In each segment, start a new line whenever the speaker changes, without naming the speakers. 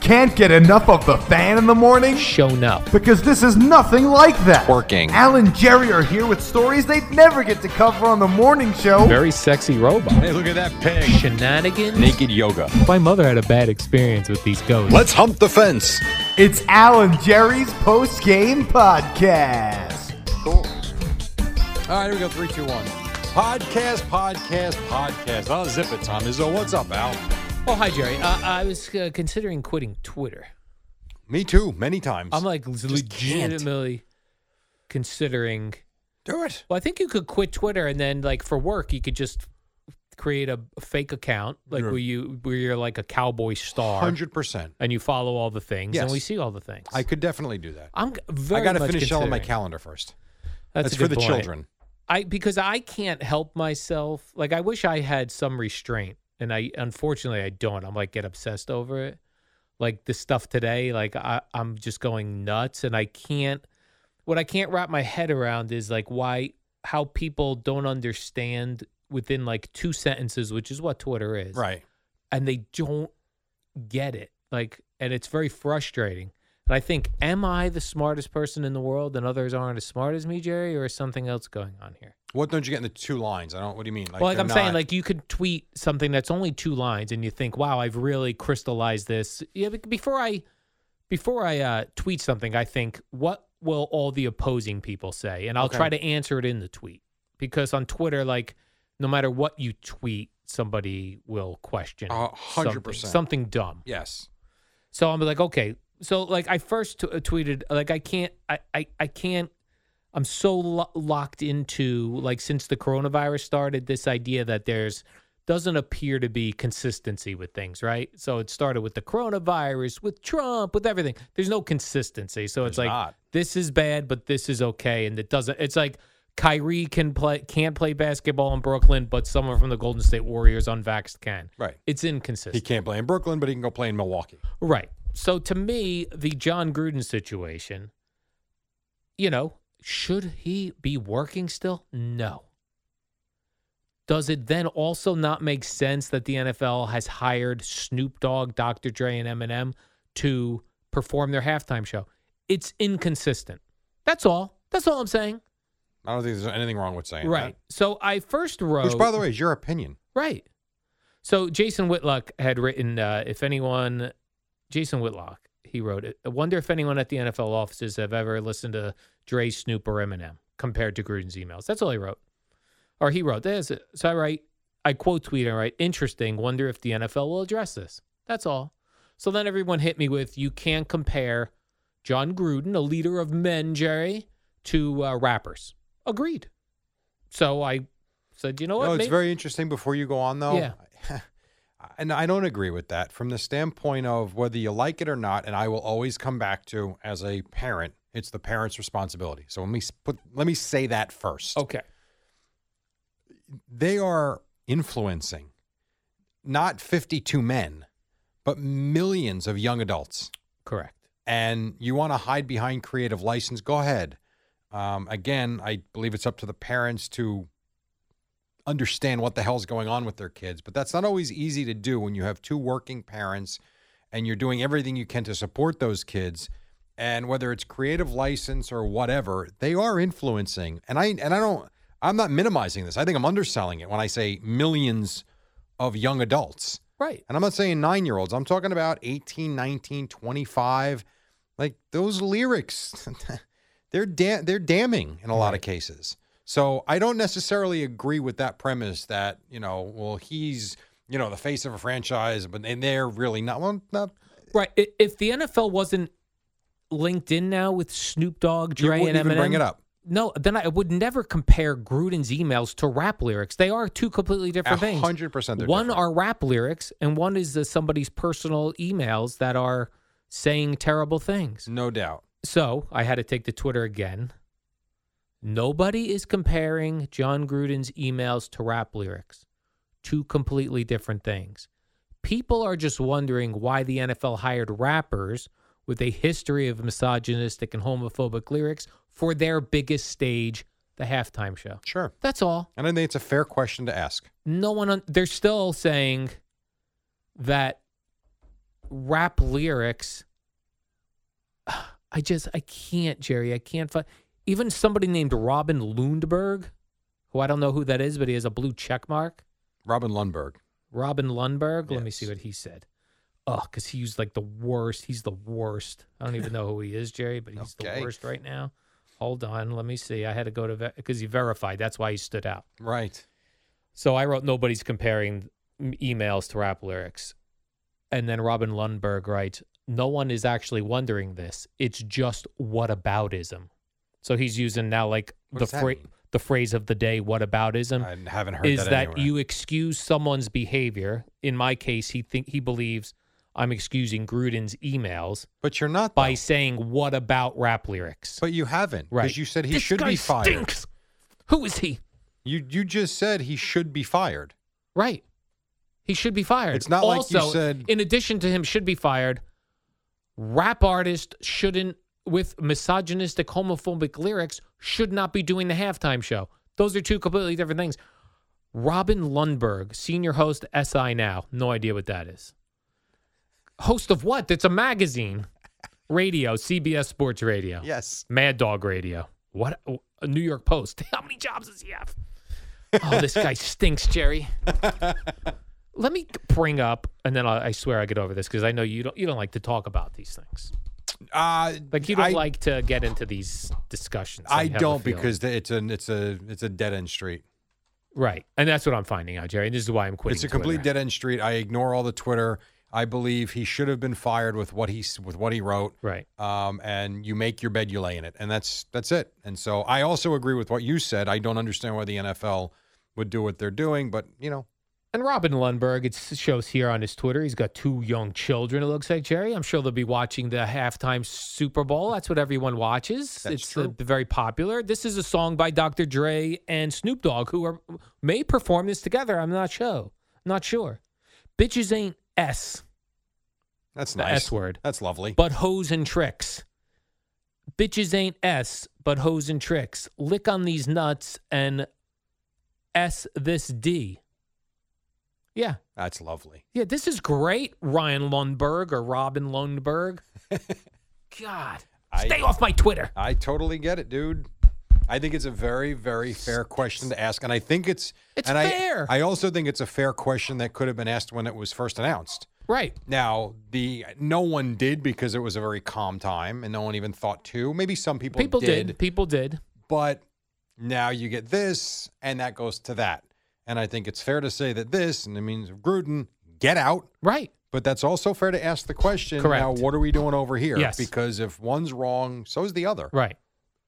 Can't get enough of the fan in the morning?
Shown up.
Because this is nothing like that.
Working.
Al and Jerry are here with stories they'd never get to cover on the morning show.
Very sexy robot.
Hey, look at that pig.
Shenanigans.
Naked yoga.
My mother had a bad experience with these ghosts.
Let's hump the fence.
It's Al and Jerry's post game podcast.
Cool. All right, here we go. Three, two, one. Podcast, podcast, podcast. I'll zip it, Tom Izzo. What's up, Al?
Oh, hi, Jerry. Uh, I was uh, considering quitting Twitter.
Me too, many times.
I'm like legitimately considering.
Do it.
Well, I think you could quit Twitter and then, like, for work, you could just create a, a fake account, like
You're-
where you where you're like a cowboy star,
100%.
and you follow all the things, and
Yes.
we see all the things.
I could definitely do that.
I'm g- very.
I got to
much
finish selling my
considering.
calendar first.
That's, a
for
good
the
point.
children.
I because I can't help myself. Like I wish I had some restraint, and I unfortunately I don't. I'm like get obsessed over it. Like the stuff today, like I I'm just going nuts, and I can't. What I can't wrap my head around is like why how people don't understand within like two sentences, which is what Twitter is,
Right.
And they don't get it. Like, and it's very frustrating. And I think, am I the smartest person in the world, and others aren't as smart as me, Jerry, or is something else going on here?
What don't you get in the two lines? I don't, what do you mean? Like,
well, like
they're
I'm saying,
not-
like you could tweet something that's only two lines, and you think, "Wow, I've really crystallized this." Yeah, bec- before I, before I uh, tweet something, I think, "What will all the opposing people say?" And I'll
Okay.
try to answer it in the tweet because on Twitter, like, no matter what you tweet, somebody will question
A hundred
something-
percent.
something dumb.
yes.
So I'm like, okay. So like I first t- uh, tweeted like I can't I I, I can't I'm so lo- locked into like since the coronavirus started this idea that there's doesn't appear to be consistency with things, right? So it started with the coronavirus, with Trump, with everything. There's no consistency. So it's
There's
like
not.
this is bad, but this is okay and it doesn't it's like Kyrie can play can't play basketball in Brooklyn, but someone from the Golden State Warriors unvaxxed can.
Right.
It's inconsistent.
He can't play in Brooklyn, but he can go play in Milwaukee.
Right. So to me, the John Gruden situation, you know, should he be working still? No. Does it then also not make sense that the NFL has hired Snoop Dogg, Dr. Dre, and Eminem to perform their halftime show? It's inconsistent. That's all. That's all I'm saying.
I don't think there's anything wrong with saying
Right. So I first wrote.
that. Which, by the way, is your opinion.
Right. So Jason Whitlock had written, uh, if anyone, Jason Whitlock, he wrote it. I wonder if anyone at the NFL offices have ever listened to Dre, Snoop, or Eminem compared to Gruden's emails. That's all he wrote, or he wrote. That's it. So I write, I quote tweet and write, interesting. Wonder if the NFL will address this. That's all. So then everyone hit me with, you can't compare John Gruden, a leader of men, Jerry, to uh, rappers. Agreed. So I said, you know what?
No, it's
maybe-
very interesting. Before you go on, though, and I don't agree with that from the standpoint of whether you like it or not. And I will always come back to as a parent, it's the parent's responsibility. So let me s- put, let me say that first.
okay.
They are influencing not 52 men, but millions of young adults.
Correct.
and you want to hide behind creative license, go ahead. Um, again, I believe it's up to the parents to understand what the hell's going on with their kids, but that's not always easy to do when you have two working parents and you're doing everything you can to support those kids. And whether it's creative license or whatever, they are influencing. And I and I don't I'm not minimizing this. I think I'm underselling it when I say millions of young adults.
Right.
And I'm not saying nine year olds. I'm talking about 18, 19, 25. Like those lyrics, they're da- they're damning in a lot of cases. So I don't necessarily agree with that premise that you know, well, he's you know the face of a franchise, but and they're really not. Well, not
Right. I- If the NFL wasn't linked in now with Snoop Dogg,
you
Dre,
wouldn't
and
even
Eminem,
bring it up.
no, then I would never compare Gruden's emails to rap lyrics. They are two completely different
A
things.
hundred percent they're
One
different.
are rap lyrics, and one is the, somebody's personal emails that are saying terrible things.
No doubt.
So I had to take to Twitter again. Nobody is comparing John Gruden's emails to rap lyrics. Two completely different things. People are just wondering why the NFL hired rappers with a history of misogynistic and homophobic lyrics for their biggest stage, the halftime show.
Sure.
That's all
And I think it's a fair question to ask.
no one on, they're still saying that rap lyrics I just I can't Jerry I can't find even somebody named Robin Lundberg who I don't know who that is but he has a blue check mark
Robin Lundberg.
Robin Lundberg let me see
Yes.
what he said oh cuz he used like the worst he's the worst I don't even know who he is Jerry but he's
Okay.
the worst right now hold on let me see I had to go to cuz he verified that's why he stood out
Right.
so I wrote, nobody's comparing m- emails to rap lyrics. And then Robin Lundberg writes, no one is actually wondering this. It's just whataboutism. So he's using now like
What
the
does that
phrase
mean?
the phrase of the day, whataboutism,
I haven't heard
Um, is
that,
that
anywhere.
you excuse someone's behavior. In my case, he think he believes I'm excusing Gruden's emails
But you're not
by
though.
saying what about rap lyrics.
But you haven't.
Right.
Because you said he
This
should
guy
be fired.
stinks. Who is he?
You you just said he should be fired.
Right. He should be fired.
It's not like you
Also,
said-
In addition to him should be fired, rap artists shouldn't with misogynistic, homophobic lyrics should not be doing the halftime show. Those are two completely different things. Robin Lundberg, senior host SI Now, no idea what that is. Host of what? It's a magazine, radio, CBS Sports Radio.
Yes.
Mad Dog Radio. What? A New York Post. How many jobs does he have? Oh, this guy stinks, Jerry. Let me bring up, and then I, I swear I get over this because I know you don't. You don't like to talk about these things.
Uh,
Like you don't
I,
like to get into these discussions.
I
have a
don't
feeling.
because it's an it's a it's a dead end street.
right, and that's what I'm finding out, Jerry. And this is why I'm quitting.
It's a complete
Twitter.
dead end street. I ignore all the Twitter. I believe he should have been fired with what he s- with what he wrote.
Right.
Um, and you make your bed, you lay in it, and that's that's it. And so I also agree with what you said. I don't understand why the NFL would do what they're doing, but you know,
And Robin Lundberg, it s- shows here on his Twitter, he's got two young children. It looks like Jerry. I'm sure they'll be watching the halftime Super Bowl. That's what everyone watches.
That's
it's
true.
uh, very popular. This is a song by Dr. Dre and Snoop Dogg, who are may perform this together. I'm not sure. Not sure. Bitches ain't s,
that's
The
nice.
S word.
That's lovely.
but hoes and tricks. Bitches ain't s, but hoes and tricks. Lick on these nuts and s this d. Yeah.
that's lovely.
Yeah, this is great, Ryan Lundberg or Robin Lundberg. God,
I-
stay off my Twitter.
I totally get it, dude. I think it's a very, very fair question to ask, and I think it's
It's
and I-
fair.
I also think it's a fair question that could have been asked when it was first announced.
Right.
Now, the no one did because it was a very calm time and no one even thought to. Maybe some people,
People did. People did.
but now you get this and that goes to that. And I think it's fair to say that this, and it means Gruden, get out.
Right.
But that's also fair to ask the question
Correct.
now, what are we doing over here?
Yes.
Because if one's wrong, so is the other.
Right.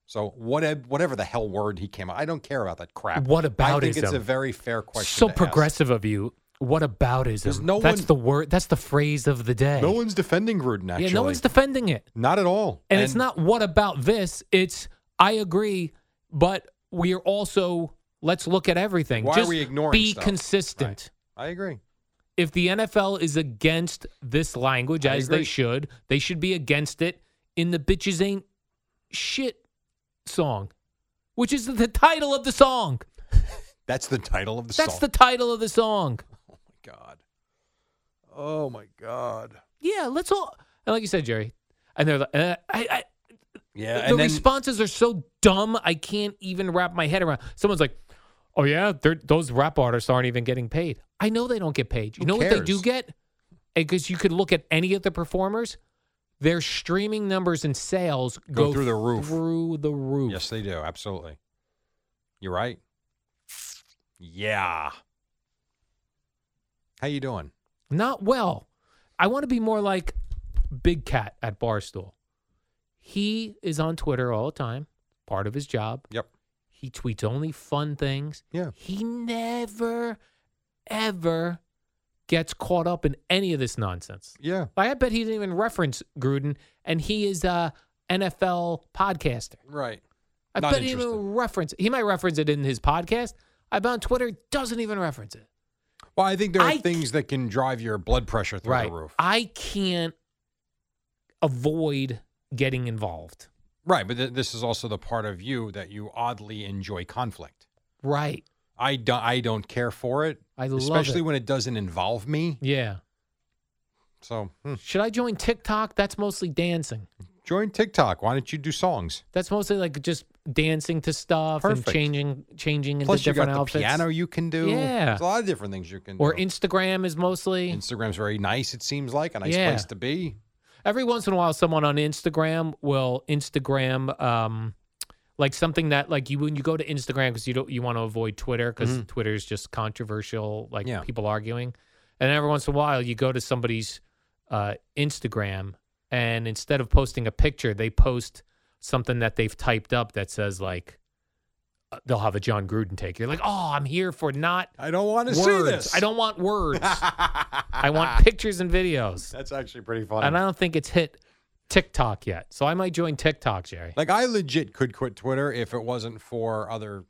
So whatever, whatever the hell word he came out, I don't care about that crap.
What
I think it's
aboutism?
a very fair question.
so
to ask.
progressive of you. What about is
There's no
That's
one-
the word. That's the phrase of the day.
No one's defending Gruden. Actually,
yeah, no one's defending it.
not at all.
And, it's not what about this? It's I agree, but we're also let's look at everything.
Why are
Just
we ignoring
be
stuff?
consistent.
Right. I agree.
if the NFL is against this language,
I
as they
agree.
should, they should be against it in the Bitches Ain't Shit song, which is the title of the song.
That's the title of the
That's
song.
the title of the song.
my god. Oh my god.
Yeah, let's all. And like you said, Jerry, and they're like, uh, I, I,
Yeah,
the
Uh, and then
responses are so dumb. I can't even wrap my head around. Someone's like, "Oh yeah, they're- those rap artists aren't even getting paid." I know they don't get paid. You
Who
know what they do
cares?
get? Because you could look at any of the performers, their streaming numbers and sales go,
Go through the roof.
Through the roof.
yes, they do. Absolutely. You're right. Yeah. How you doing?
Not well. I want to be more like Big Cat at Barstool. He is on Twitter all the time part of his job.
Yep.
He tweets only fun things.
Yeah.
He never, ever gets caught up in any of this nonsense.
Yeah.
I bet he didn't even reference Gruden, and he is a NFL podcaster.
Right.
I
Not
bet he didn't
interested.
even reference. He might reference it in his podcast. I bet on Twitter he doesn't even reference it.
Well, I think there are
I-
things that can drive your blood pressure through the roof.
I can't avoid getting involved.
Right, but th- this is also the part of you that you oddly enjoy conflict.
Right.
I don't. I don't care for it,
I love
especially
it.
when it doesn't involve me.
Yeah.
So hmm.
Should I join TikTok? That's mostly dancing.
join TikTok. Why don't you do songs?
That's mostly like just dancing to stuff
Perfect.
and changing changing into
Plus, you
different
got
outfits.
the piano you can do.
Yeah.
there's a lot of different things you can
or
do.
Instagram is mostly
Instagram's very nice. It seems like a nice
Yeah.
place to be.
every once in a while someone on instagram will instagram um like something that like you when you go to instagram because you don't you want to avoid twitter because twitter is just controversial like
Yeah.
people arguing and every once in a while you go to somebody's uh instagram and instead of posting a picture they post something that they've typed up that says like uh, they'll have a john gruden take you're like oh i'm here for not
I don't want to see
words
this.
i don't want words i want pictures and videos
That's actually pretty funny.
and I don't think it's hit TikTok yet. So I might join TikTok, Jerry.
like I legit could quit Twitter if it wasn't for other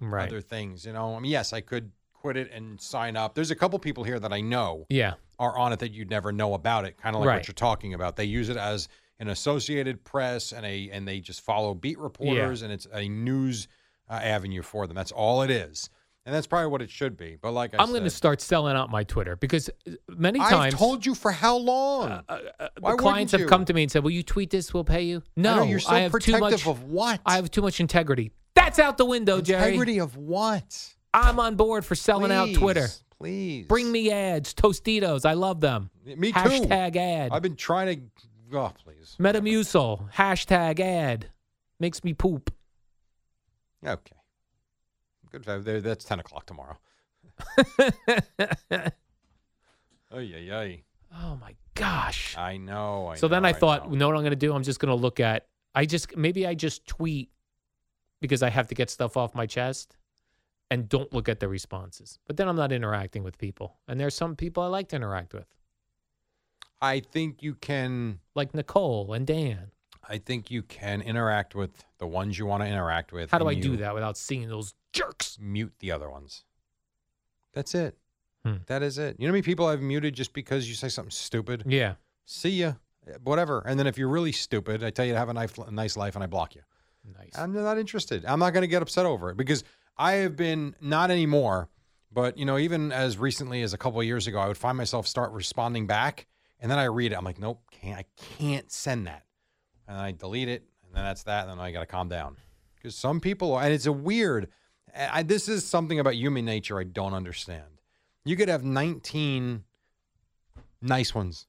Right.
other things. You know, I mean, yes, I could quit it and sign up. There's a couple people here that I know
yeah.
are on it that you'd never know about it. Kind of like
Right.
what you're talking about. They use it as an Associated Press and a and they just follow beat reporters and it's a news uh, avenue for them. That's all it is, and that's probably what it should be. But like I
I'm going to
said,
start selling out my Twitter because uh, many
I've
times Uh,
told you for how long?
the clients have come to me and said, "Will you tweet this? We'll pay you." No,
you're so
have too
protective
much.
of what?
I have too much integrity. That's out the window, Jerry.
integrity of what?
I'm on board for selling out Twitter.
Please, Please
Bring me ads, Tostitos. I love them.
Me too.
Hashtag ad.
I've been trying to. Oh, please.
Metamucil. Hashtag ad. Makes me poop.
Okay. Good. vibe there. That's ten o'clock tomorrow. Oh yeah, yeah.
oh my gosh.
I know. I
so then
know,
I thought,
know.
you know what I'm going to do? I'm just going to look at. I just maybe I just tweet because I have to get stuff off my chest, and don't look at the responses. But then I'm not interacting with people, and there's some people I like to interact with,
I think you can.
like Nicole and Dan.
I think you can interact with the ones you want to interact with.
How do I
and
do
you
that without seeing those jerks?
Mute the other ones. That's it.
Hmm.
That is it. You know how many people I've muted just because you say something stupid.
Yeah,
See ya. Whatever. And then if you're really stupid, I tell you to have a nice, nice life, and I block you.
nice.
I'm not interested. I'm not going to get upset over it because I have been not anymore, but you know, even as recently as a couple of years ago, I would find myself start responding back, and then I read it. I'm like, nope, can't I can't send that, and I delete it, and then that's that, and then I got to calm down because some people, and it's a weird. I, I- this is something about human nature I don't understand. You could have 19 nice ones,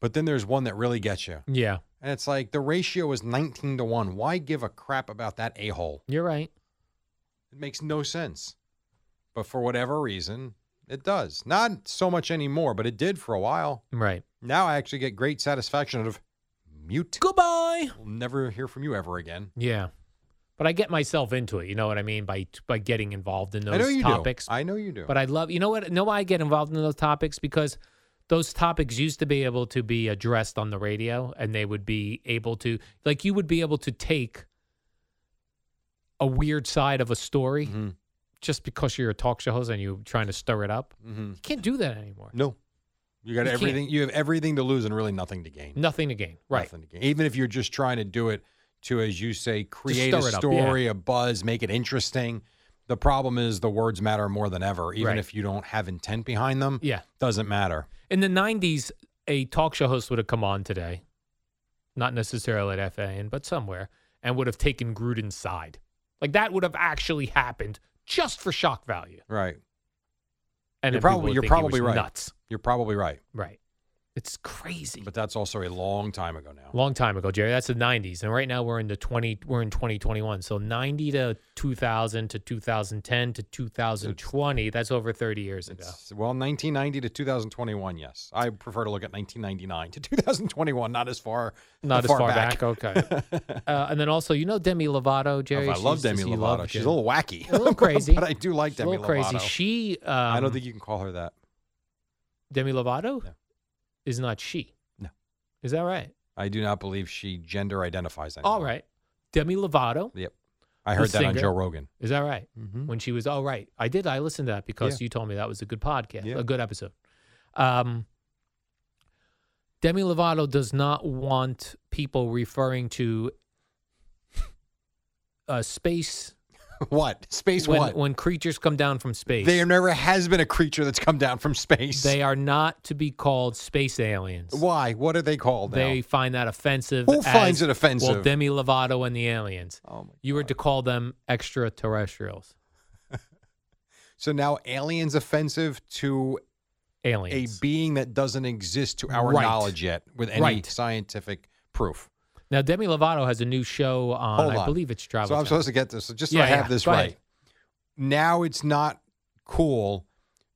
but then there's one that really gets you.
yeah,
And it's like the ratio is 19 to 1. Why give a crap about that a hole?
you're right.
It makes no sense. But for whatever reason, it does. Not so much anymore, but it did for a while.
Right.
Now I actually get great satisfaction out of mute.
Goodbye.
We'll never hear from you ever again.
Yeah, but I get myself into it. You know what I mean by by getting involved in those
I know you
topics.
do. I know you do.
But I love you know what know why I get involved in those topics because those topics used to be able to be addressed on the radio and they would be able to like you would be able to take a weird side of a story
Mhm.
just because you're a talk show host and you're trying to stir it up.
Mhm.
You can't do that anymore.
No. You got
You can't.
everything. You have everything to lose and really nothing to gain.
Nothing to gain. Right.
Nothing to gain. Even if you're just trying to do it to, as you say, create a
stir it up, yeah.
story, a buzz, make it interesting. The problem is the words matter more than ever. Even
Right.
if you don't have intent behind them,
Yeah.
doesn't matter.
In the 90s, a talk show host would have come on today, not necessarily at FAN, but somewhere, and would have taken Gruden's side. Like that would have actually happened just for shock value.
Right.
And then
You're
people
probably-
would
you're
think he
probably
was
right.
Nuts,
You're probably right.
right? It's crazy.
But that's also a long time ago now.
Long time ago, Jerry. That's the 90s. And right now we're in the 20 we're in 2021. So 90 to 2000 to 2010 to 2020, that's over 30 years ago.
It's- well, 1990 to 2021, yes. I prefer to look at 1999 to 2021, not as far
Not as far back. Okay.
Okay.
Uh, and then also, you know Demi Lovato, Jerry?
Oh, I
She
love
used to-
Demi
you
Lovato.
loved
She's
Demi.
a little wacky,
A little crazy.
but I do like
She's a
Demi
little crazy.
Lovato.
She um,
I don't think you can call her that.
Demi Lovato
No.
is not she.
No.
Is that right?
I do not believe she gender identifies. Anymore.
All right. Demi Lovato.
Yep. I heard
The
that on
singer.
Joe Rogan.
Is that right?
Mm-hmm.
When she was all right. I did. I listened to that because you told me that was a good podcast,
Yeah.
a good episode. Um, Demi Lovato does not want people referring to uh, space
what space?
when,
what?
when creatures come down from space.
there never has been a creature that's come down from space.
They are not to be called space aliens.
Why? What are they called now?
They find that offensive.
Who
as-
finds it offensive?
Well, Demi Lovato and the aliens.
oh my.
You were to call them extraterrestrials,
So now aliens offensive to a
aliens.
being that doesn't exist to our
Right.
knowledge yet with any
Right.
scientific proof.
now, Demi Lovato has a new show on.
Hold
I
on.
believe it's Travel.
So I'm
Channel.
supposed to get this. So just so
Yeah,
I have
yeah.
this
Go
right.
ahead.
Now it's not cool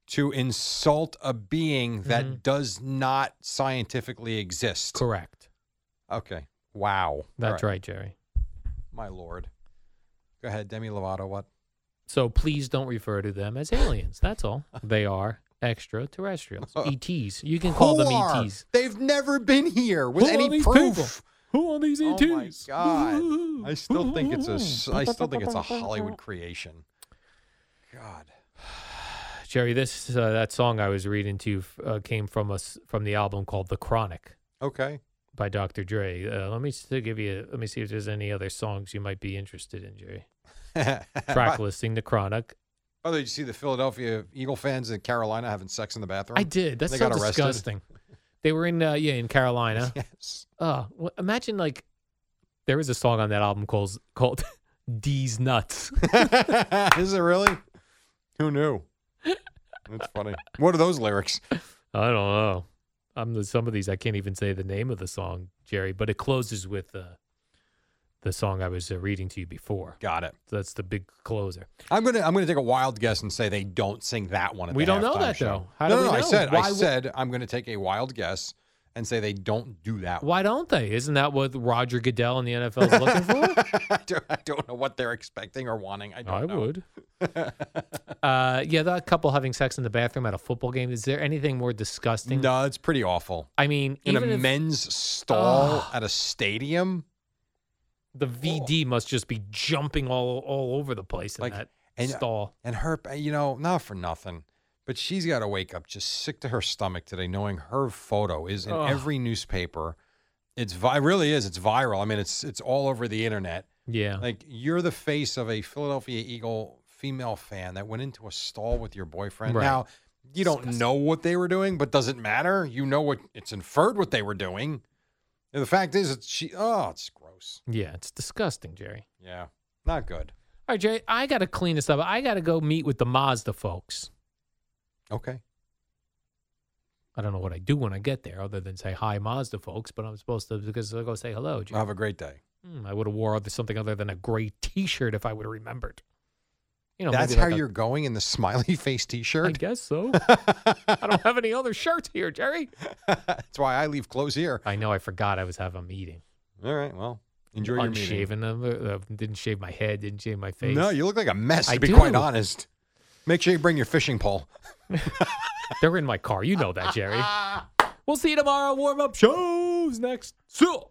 to insult a being
Mm-hmm.
that does not scientifically exist.
Correct.
Okay. Wow.
That's
All
right. Jerry.
My lord. Go ahead, Demi Lovato. What?
So please don't refer to them as aliens. That's all. They are extraterrestrials, ETs. You can call
Who
them
are?
ETs.
They've never been here with
Who are
any
these
proof.
people? Who are these E
Oh
ETs?
my god! I still think it's a. s- I still think it's a Hollywood creation. God.
Jerry, this uh, that song I was reading to you f- uh, came from us from the album called "The Chronic"
Okay.
by Dr. Dre. Uh, let me s- to give you. Let me see if there's any other songs you might be interested in, Jerry. Track listing: "The Chronic."
Oh, did you see the Philadelphia Eagle fans in Carolina having sex in the bathroom?
I did. That's
They
so
got arrested?
disgusting. They were in uh, yeah in Carolina.
Yes.
Oh, well, imagine like there was a song on that album called called "D's Nuts."
Is it really? Who knew? That's funny. What are those lyrics?
I don't know. I'm the, some of these I can't even say the name of the song, Jerry. But it closes with uh, the song I was uh, reading to you before.
Got it.
That's the big closer.
I'm gonna I'm gonna take a wild guess and say they don't sing that one. At
We
the
don't know
halftime
that,
show.
though. How
no,
do
no,
we
no, I
know?
said
Why
I
would-
said I'm gonna take a wild guess and say they don't do that. One.
Why don't they? Isn't that what Roger Goodell and the NFL is looking for?
I, don't, I don't know what they're expecting or wanting. I don't
I
know.
would. uh, yeah, that couple having sex in the bathroom at a football game. Is there anything more disgusting?
No, it's pretty awful.
I mean,
In
even
a
if
men's stall at a stadium.
the VD must just be jumping all all over the place in
Oh. Like,
that
and- uh,
stall.
And her, you know, not for nothing, but she's got to wake up just sick to her stomach today, knowing her photo is in
Ugh.
every newspaper. It's vi- it really is. It's viral. I mean, it's it's all over the internet.
Yeah.
Like you're the face of a Philadelphia Eagle female fan that went into a stall with your boyfriend.
Right.
Now you don't know what they were doing, but does it matter? You know what? It's inferred what they were doing. And the fact is, it's she. Oh, it's gross.
yeah, it's disgusting, Jerry.
Yeah, not good.
All right, Jerry, I got to clean this up. I got to go meet with the Mazda folks.
Okay.
I don't know what I do when I get there other than say hi, Mazda folks, but I'm supposed to because I go say hello, Jerry.
Have a great day.
Hmm, I would have wore other, something other than a gray T-shirt if I would have remembered. You know,
That's
maybe
how
like a-
you're going in the smiley face
I
T-shirt.
guess so. I don't have any other shirts here, Jerry.
That's why I leave clothes here.
I know. I forgot I was having a meeting.
All right. Well, enjoy your meeting.
Unshaven. uh, uh, didn't shave my head. Didn't shave my face.
No, you look like a mess. To
I
be quite
do.
honest. Make sure you bring your fishing pole.
They're in my car. You know that, Jerry. we'll see you tomorrow. Warm up shows next. So.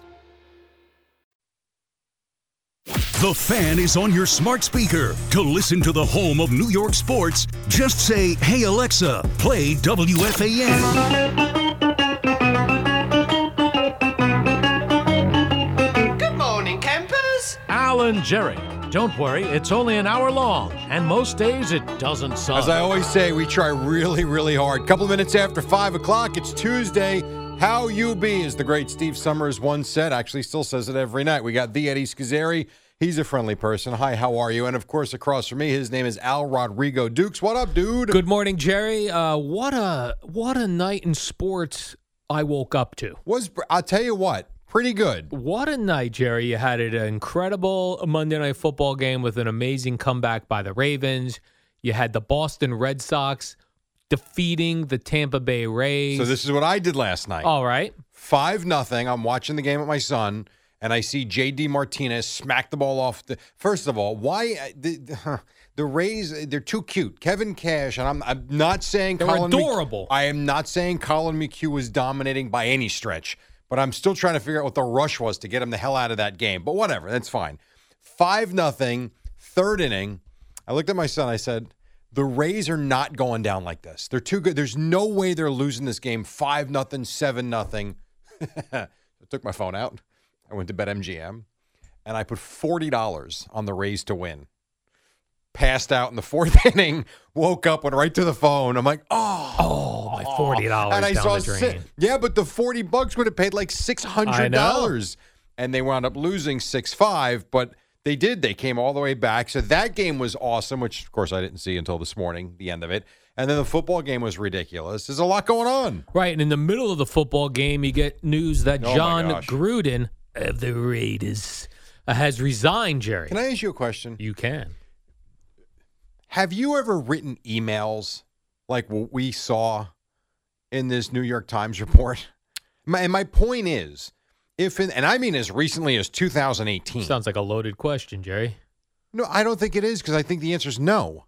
The fan is on your smart speaker. To listen to the home of New York sports, just say, Hey Alexa, play WFAN.
Bill and Jerry. Don't worry, it's only an hour long, and most days it doesn't suck.
As I always say, we try really, really hard. Couple minutes after five o'clock, it's Tuesday. How you be, as the great Steve Summers once said, actually still says it every night. We got the Eddie Scazzeri. He's a friendly person. Hi, how are you? And of course, across from me, his name is Al Rodrigo Dukes. What up, dude?
Good morning, Jerry. Uh, what a what a night in sports I woke up to.
Was I'll tell you what, pretty good.
What a night, Jerry. You had an incredible Monday night football game with an amazing comeback by the Ravens. You had the Boston Red Sox defeating the Tampa Bay Rays.
So this is what I did last night.
All right.
Five nothing. I'm watching the game with my son, and I see J.D. Martinez smack the ball off. The first of all, why uh, the the, the Rays? They're too cute. Kevin Cash, and I'm I'm not saying
They're
Colin Mc-
adorable.
I am not saying Colin McHugh was dominating by any stretch, but I'm still trying to figure out what the rush was to get him the hell out of that game. But whatever, that's fine. Five nothing, third inning. I looked at my son. I said, "The Rays are not going down like this. They're too good. There's no way they're losing this game. Five nothing, seven nothing." I took my phone out. I went to BetMGM, and I put forty dollars on the Rays to win. Passed out in the fourth inning. Woke up, went right to the phone. I'm like, "Oh."
Oh, my forty dollars
and I
down
saw
the drain.
si- yeah, but the forty bucks would have paid like six
I
hundred
know.
dollars, and they wound up losing six five. But they did; they came all the way back. So that game was awesome, which of course I didn't see until this morning, the end of it. And then the football game was ridiculous. There's a lot going on.
Right, and in the middle of the football game, you get news that
Oh my
John
gosh.
Gruden of the Raiders uh, has resigned, Jerry.
Can I ask you a question?
you can.
Have you ever written emails like what we saw in this New York Times report? My, and my point is, if in, and I mean as recently as 2018.
Sounds like a loaded question, Jerry.
No, I don't think it is because I think the answer is no.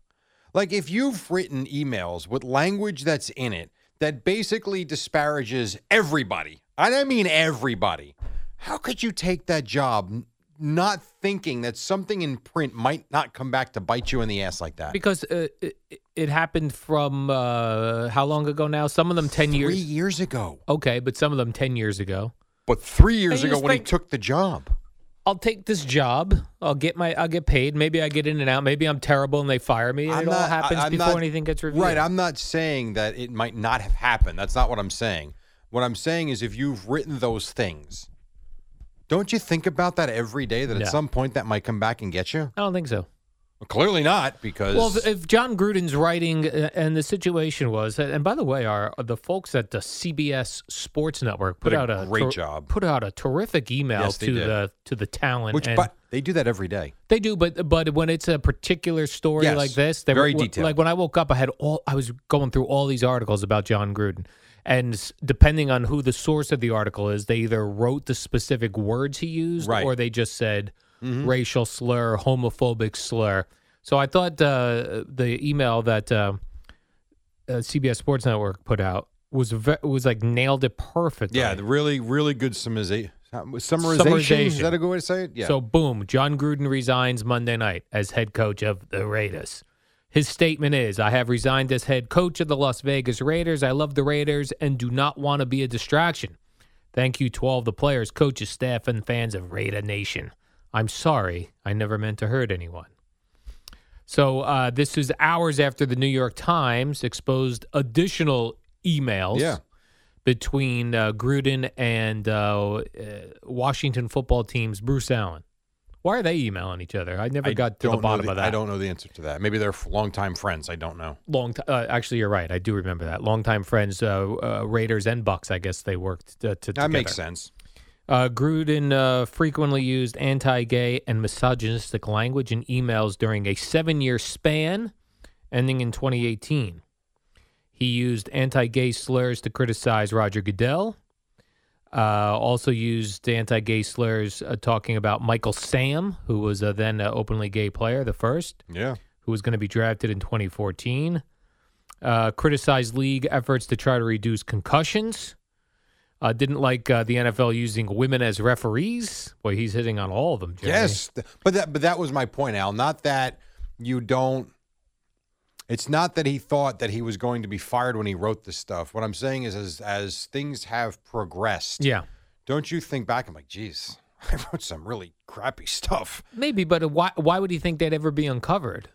Like if you've written emails with language that's in it that basically disparages everybody, and I mean everybody, how could you take that job n- not thinking that something in print might not come back to bite you in the ass like that?
Because uh, it, it happened from uh, how long ago now? Some of them 10
three
years.
years ago.
Okay, but some of them 10 years ago.
But three years
you
ago
just
when he
think-
took the job.
I'll take this job. I'll get my. I'll get paid. Maybe I get in and out. Maybe I'm terrible and they fire me. it all happens
I- I'm
before
not-
anything gets reviewed.
Right. I'm not saying that it might not have happened. That's not what I'm saying. What I'm saying is if you've written those things, don't you think about that every day that
No.
at some point that might come back and get you?
I don't think so.
Well, clearly not because
Well, if, if John Gruden's writing uh, and the situation was, and by the way, our the folks at the CBS Sports Network put
Did a
out a
great job.
put out a terrific email
Yes, they
to
did.
the to the talent.
which
and
but they do that every day.
they do, but but when it's a particular story
Yes,
like this, they
very
w-
detailed.
Like when I woke up, I had all I was going through all these articles about John Gruden, and s- depending on who the source of the article is, they either wrote the specific words he used,
Right. Mm-hmm.
or they just said racial slur, homophobic slur. So I thought uh, the email that uh, uh, CBS Sports Network put out was ve- was like nailed it perfectly.
Yeah, the really, really good summarization. Summarization. Is
Summarization.
that a good way to say it? Yeah.
So, boom, John Gruden resigns Monday night as head coach of the Raiders. His statement is I have resigned as head coach of the Las Vegas Raiders. I love the Raiders and do not want to be a distraction. Thank you to all of the players, coaches, staff, and fans of Raider Nation. I'm sorry. I never meant to hurt anyone. So, uh, this is hours after the New York Times exposed additional emails
yeah.
between uh, Gruden and uh, uh, Washington football team's Bruce Allen. Why are they emailing each other? I never got to the
don't know
bottom of that.
I don't know the answer to that. Maybe they're f- longtime friends. I don't know.
Long time. Uh, actually, you're right. I do remember that. Longtime friends, uh, uh, Raiders and Bucks. I guess they worked uh, to,
That makes
together.
sense.
Uh, Gruden uh, frequently used anti gay and misogynistic language in emails during a seven year span ending in 2018. He used anti gay slurs to criticize Roger Goodell. Uh, also used anti gay slurs uh, talking about Michael Sam, who was a then uh, openly gay player, the first
Yeah.
who was going to be drafted in 2014, uh, criticized league efforts to try to reduce concussions. Uh, didn't like uh, the NFL using women as referees. Boy, he's hitting on all of them. Jerry.
Yes, th- but that but that was my point, Al. Not that you don't. It's not that he thought that he was going to be fired when he wrote this stuff. What I'm saying is, as as things have progressed,
Yeah.
don't you think back? I'm like, geez, I wrote some really crappy stuff.
Maybe, but why? Why would he think they'd ever be uncovered?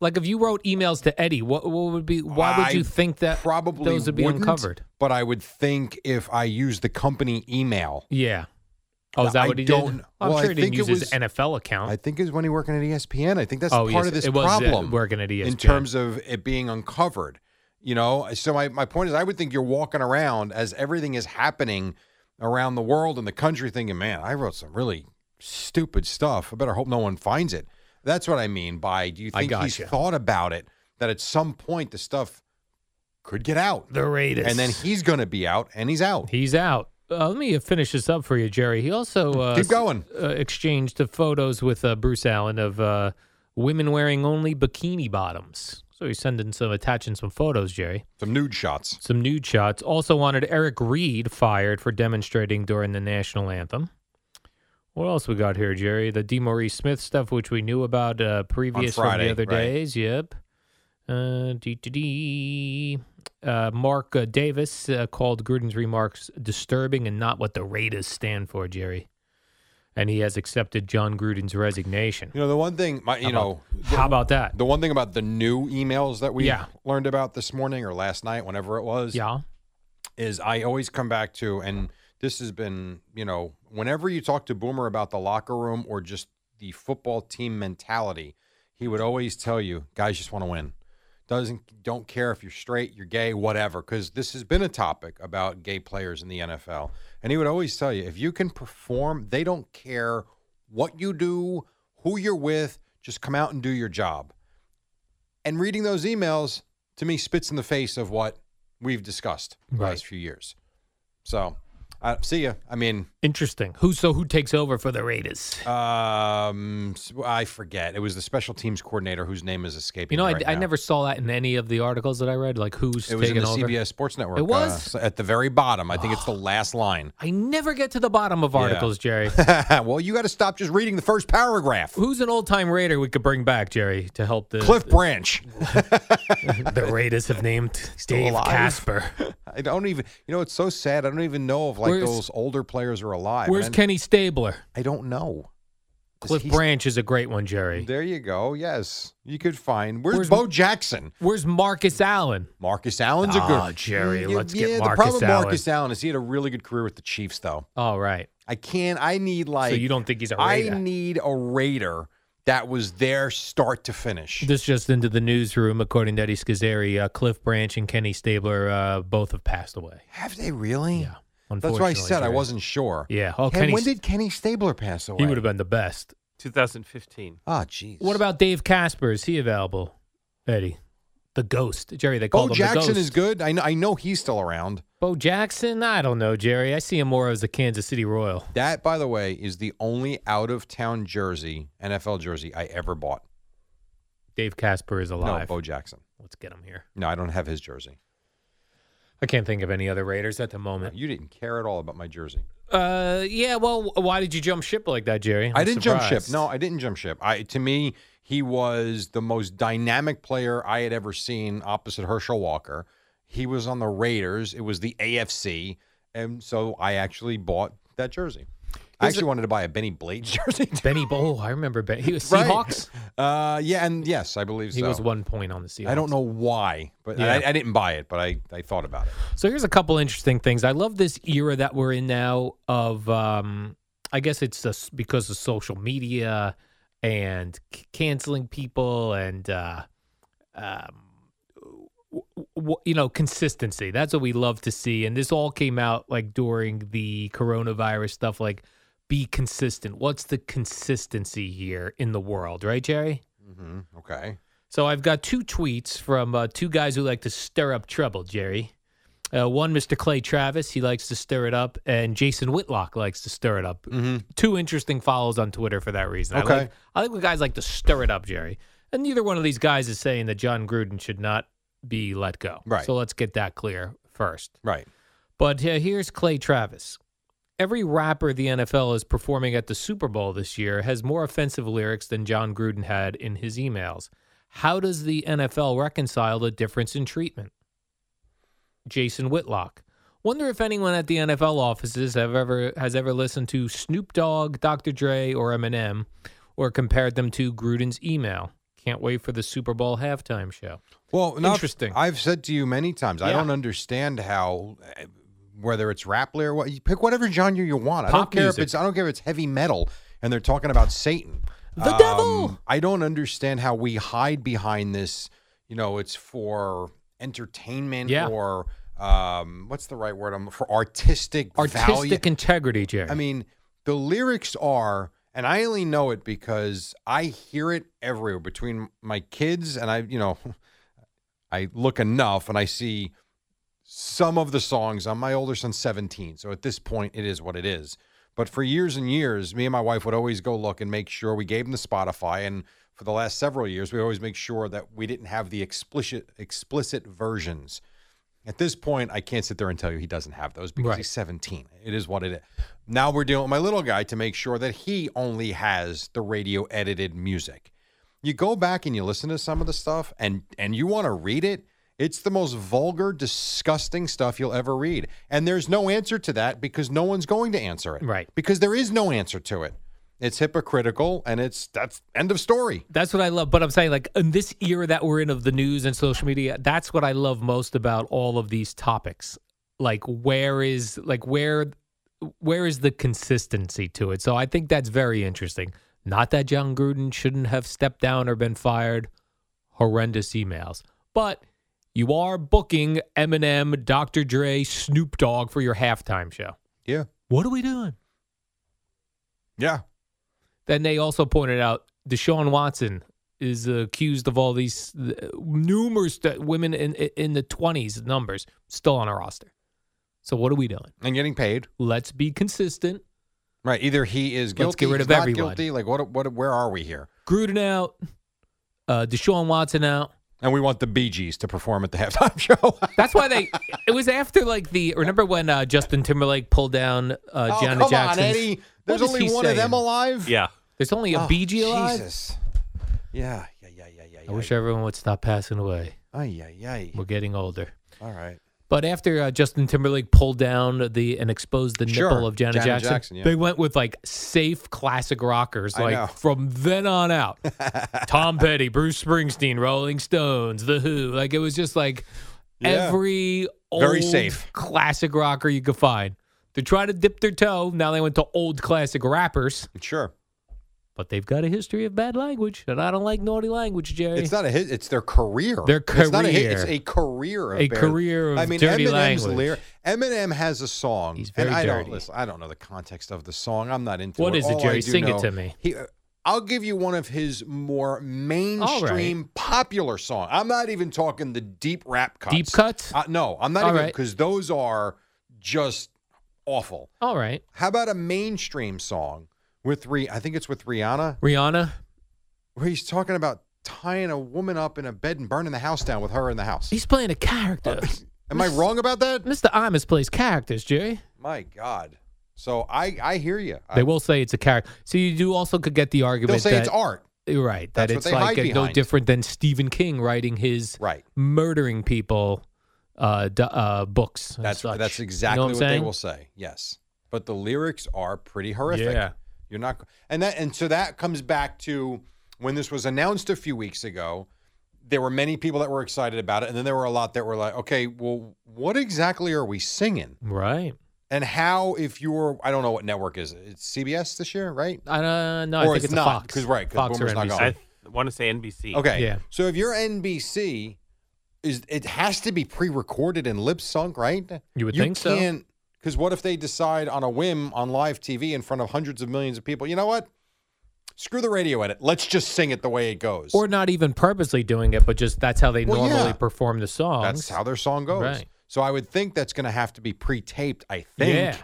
Like, if you wrote emails to Eddie, what, what would be? Why would
I
you think that
probably
Uh, those would be
wouldn't,
uncovered?
But I would think if I used the company email,
Yeah. Oh, is
No,
that
I
what he
don't-
did? I'm
well, I
sure he didn't
think
use
it
his
was-
NFL account.
I think is when he working at E ESPN. I think that's
Oh,
part
yes,
of this
it was, uh,
problem.
working at
in
ESPN.
terms of it being uncovered, you know. So my my point is, I would think you're walking around as everything is happening around the world and the country, thinking, "Man, I wrote some really stupid stuff. I better hope no one finds it." That's what I mean by. Do you
I
think he's
gotcha.
thought about it that at some point the stuff could get out,
the Raiders.
and then he's going to be out, and he's out.
He's out. Uh, let me finish this up for you, Jerry. He also uh,
Keep
s-
going.
Uh, exchanged the photos with uh, Bruce Allen of uh, women wearing only bikini bottoms. So he's sending some, attaching some photos, Jerry.
Some nude shots.
Some nude shots. Also wanted Eric Reed fired for demonstrating during the national anthem. What else we got here, Jerry? The DeMaurice Smith stuff, which we knew about uh, previous from
Friday,
the other
right.
days. Yep. Uh, dee, dee, dee. Uh, Mark uh, Davis uh, called Gruden's remarks disturbing and not what the Raiders stand for, Jerry. And he has accepted John Gruden's resignation.
You know, the one thing, my, you know,
How about that?
The one thing about the new emails that we
Yeah.
learned about this morning or last night, whenever it was,
Yeah.
is I always come back to, and this has been, you know, whenever you talk to Boomer about the locker room or just the football team mentality, he would always tell you, guys just want to win. Doesn't don't care if you're straight, you're gay, whatever, because this has been a topic about gay players in the NFL. And he would always tell you, if you can perform, they don't care what you do, who you're with, just come out and do your job. And reading those emails to me spits in the face of what we've discussed the
Right.
last few years. So, uh, see ya. I mean,
Interesting. Who so who takes over for the Raiders?
um, s- I forget. It was the special teams coordinator whose name is escaping.
You know,
me
I,
right
I
now.
never saw that in any of the articles that I read. Like who's
It was in
taking
the
over?
CBS Sports Network.
It was?
uh, so at the very bottom. I think it's the last line.
I never get to the bottom of articles, Jerry.
well, you got to stop just reading the first paragraph.
Who's an old time Raider we could bring back, Jerry, to help the
Cliff Branch.
the Raiders have named Dave
alive?
Casper.
I don't even. You know, it's so sad. I don't even know if like
Where's-
those older players are alive.
Where's
and
Kenny Stabler?
I don't know. Is
Cliff
he-
Branch is a great one, Jerry.
There you go. Yes, you could find. Where's,
Where's-
Bo Jackson?
Where's Marcus Allen?
Marcus Allen's a
Ah,
good.
Jerry,
Yeah,
let's get
yeah,
Marcus
the problem with
Allen.
Marcus Allen is he had a really good career with the Chiefs, though.
All right.
I can't. I need like.
so you don't think he's a
I
Raider?
need a Raider that was there start to finish.
This just into the newsroom, according to Eddie Scazzeri, uh, Cliff Branch and Kenny Stabler uh, both have passed away.
Have they really?
Yeah.
That's why I
unfortunately,
said I
Jerry.
wasn't sure.
Yeah. Oh,
And
Kenny
when
St-
did Kenny Stabler pass away?
He would have been the best.
2015.
Oh, jeez.
What about Dave Casper? Is he available? Eddie, the ghost. Jerry, they
Bo
called him the
Jackson
ghost.
is good. I know. I know he's still around.
Bo Jackson? I don't know, Jerry. I see him more as a Kansas City Royal.
That, by the way, is the only out of town jersey, NFL jersey, I ever bought.
Dave Casper is alive.
No, Bo Jackson.
Let's get him here.
No, I don't have his jersey.
I can't think of any other Raiders at the moment.
You didn't care at all about my jersey.
Uh, yeah. Well, why did you jump ship like that, Jerry? I'm
I didn't jump
surprised.
ship. No, I didn't jump ship. I to me, he was the most dynamic player I had ever seen opposite Herschel Walker. He was on the Raiders. It was the AFC. And so I actually bought that jersey. I actually wanted to buy a Benny Blade jersey. too.
Benny Bo. I remember Benny. He was
Right.
Seahawks.
Uh, yeah, and yes, I believe
He
so.
was one point on the Seahawks.
I don't know why, but
Yeah.
I, I didn't buy it, but I, I thought about it.
So here's a couple interesting things. I love this era that we're in now of um I guess it's just because of social media and c- canceling people and uh um w- w- you know consistency. That's what we love to see and this all came out like during the coronavirus stuff like be consistent. What's the consistency here in the world, right Jerry?
hmm Okay.
So I've got two tweets from uh, two guys who like to stir up trouble, Jerry. Uh, one, Mr. Clay Travis, he likes to stir it up, and Jason Whitlock likes to stir it up. Two interesting follows on Twitter for that reason. I
Mm-hmm. Okay.
like, I like when guys like to stir it up, Jerry. And neither one of these guys is saying that John Gruden should not be let go.
Right.
So let's get that clear first.
Right.
But uh, here's Clay Travis. Every rapper the NFL is performing at the Super Bowl this year has more offensive lyrics than John Gruden had in his emails. How does the NFL reconcile the difference in treatment? Jason Whitlock. Wonder if anyone at the NFL offices have ever has ever listened to Snoop Dogg, Dr. Dre, or Eminem, or compared them to Gruden's email. Can't wait for the Super Bowl halftime show.
Well, now,
Interesting.
I've said to you many times, I
Yeah.
don't understand how, eh, whether it's Rapley or what, you pick whatever genre you want. I don't
Pop
care
music.
if it's I don't care if it's heavy metal and they're talking about Satan, Um,
The devil!
I don't understand how we hide behind this. You know, it's for entertainment
Yeah.
or um, what's the right word? I'm for artistic
Artistic
value.
integrity, Jerry.
I mean, the lyrics are, and I only know it because I hear it everywhere between my kids and I, you know, I look enough and I see some of the songs on my older son's 17. So at this point, it is what it is. But for years and years, me and my wife would always go look and make sure we gave him the Spotify. And for the last several years, we always make sure that we didn't have the explicit explicit versions. At this point, I can't sit there and tell you he doesn't have those because
Right.
he's 17. It is what it is. Now we're dealing with my little guy to make sure that he only has the radio edited music. You go back and you listen to some of the stuff and and you want to read it, it's the most vulgar, disgusting stuff you'll ever read. And there's no answer to that because no one's going to answer it.
Right.
Because there is no answer to it. It's hypocritical and it's that's end of story.
That's what I love. But I'm saying, like, in this era that we're in of the news and social media, that's what I love most about all of these topics. Like, where is, like, where, where is the consistency to it? So I think that's very interesting. Not that John Gruden shouldn't have stepped down or been fired. Horrendous emails. But you are booking Eminem, Dr. Dre, Snoop Dogg for your halftime show.
Yeah.
What are we doing?
Yeah.
Then they also pointed out Deshaun Watson is accused of all these uh, numerous th- women in in the twenties numbers still on our roster. So what are we doing?
And getting paid.
Let's be consistent.
Right. Either he is guilty,
Let's get rid
he's
of
not
everyone.
guilty. Like what what where are we here?
Gruden out, uh, Deshaun Watson out.
And we want the Bee Gees to perform at the halftime show. Oh,
That's why they. it was after like the. Remember when uh, Justin Timberlake pulled down uh,
oh,
Janet
come
Jackson?
on, Eddie.
What
There's
is
only
he
one of them
saying?
alive.
Yeah.
There's only a
Oh,
BG alive.
Jesus. Yeah. Yeah. Yeah. Yeah. Yeah.
I wish everyone would stop passing away.
Ay, ay, ay.
We're getting older.
All right.
But after uh, Justin Timberlake pulled down the and exposed the
Sure.
nipple of Janet,
Janet
Jackson,
Jackson, yeah.
they went with like safe classic rockers.
I
Like
know.
from then on out, Tom Petty, Bruce Springsteen, Rolling Stones, The Who. Like it was just like
Yeah.
every old
Very safe.
classic rocker you could find. They try to dip their toe. Now they went to old classic rappers,
Sure.
but they've got a history of bad language, and I don't like naughty language, Jerry.
It's not a hit. It's their career.
Their
It's not a hit. It's
career.
a career. Of
A
bad-
career of
I mean,
dirty
Eminem's
language.
lyric- Eminem has a song.
He's very
and I
dirty.
Don't, listen, I don't know the context of the song. I'm not into
What
it.
is it,
All I
Jerry?
do
Sing it
know-
to me.
He, uh, I'll give you one of his more mainstream popular songs. I'm not even talking the deep rap cuts.
Deep cuts?
Uh, no, I'm not
All
even
right.
because those are just awful.
All right,
How about a mainstream song with Rih? I think it's with Rihanna
Rihanna.
where he's talking about tying a woman up in a bed and burning the house down with her in the house.
He's playing a character.
Am I wrong about that?
Mr. Imus plays characters, Jerry.
My God. So I I hear you.
They will say it's a character. So you do also could get the
They'll
argument
say
that
it's art.
you're right that
That's what
it's
they
like
hide
uh, no
behind.
different than Stephen King writing his
Right.
murdering people uh, d- uh, books. and
That's
such.
that's
You know
exactly
I'm
what
saying?
they will say. Yes. But the lyrics are pretty horrific.
Yeah.
You're not and that and so that comes back to when this was announced a few weeks ago, there were many people that were excited about it and then there were a lot that were like, "Okay, well what exactly are we singing?"
Right.
And how if you're I don't know what network is it. It's CBS this year, right?
I uh, no, I
Or
think
it's
it's, a
not,
Fox.
'cause right, 'cause
Fox or
Boomer's not
NBC.
gone.
I want to say NBC.
Okay.
Yeah.
So if you're NBC, is it has to be pre-recorded and lip sunk, right?
You would think so.
can't, Because what if they decide on a whim on live TV in front of hundreds of millions of people? You know what? Screw the radio edit. Let's just sing it the way it goes.
Or not even purposely doing it, but just that's how they
Well,
normally
yeah.
perform the songs.
that's how their song goes.
Right.
So I would think that's going to have to be pre-taped. I think.
Yeah.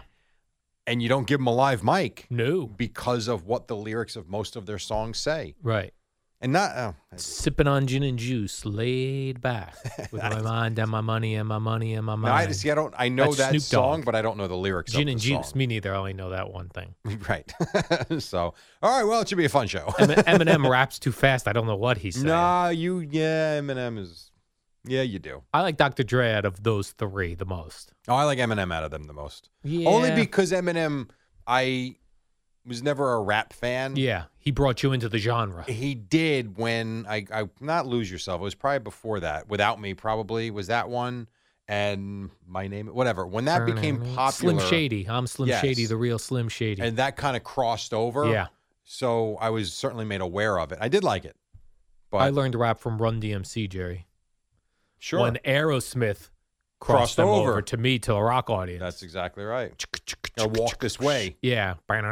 And you don't give them a live mic
No.
because of what the lyrics of most of their songs say,
Right.
and not. Oh,
Sipping on gin and juice, laid back with my mind and my money and my money and my
no,
mind.
I just I don't. I know
That's
that
Snoop
song,
Dogg.
but I don't know the lyrics. of
Gin and
the
juice.
song.
Me neither. I only know that one thing.
Right. so, all right. Well, it should be a fun show.
Em- Eminem raps too fast. I don't know what he's saying.
nah, you. Yeah, Eminem is. Yeah, you do.
I like Dr. Dre out of those three the most.
Oh, I like Eminem out of them the most.
Yeah.
Only because Eminem, I was never a rap fan.
Yeah, he brought you into the genre.
He did when I, I not lose yourself. It was probably before that. Without me, probably was that one. And my name, whatever. When that became popular,
Slim Shady. I'm Slim
Yes.
Shady, the real Slim Shady.
and that kind of crossed over.
yeah.
So I was certainly made aware of it. I did like it, but
I learned rap from Run DMC, Jerry.
sure,
When Aerosmith crossed,
Crossed
them over.
over.
to me to a rock audience.
that's exactly right. Now walk this way.
Yeah. And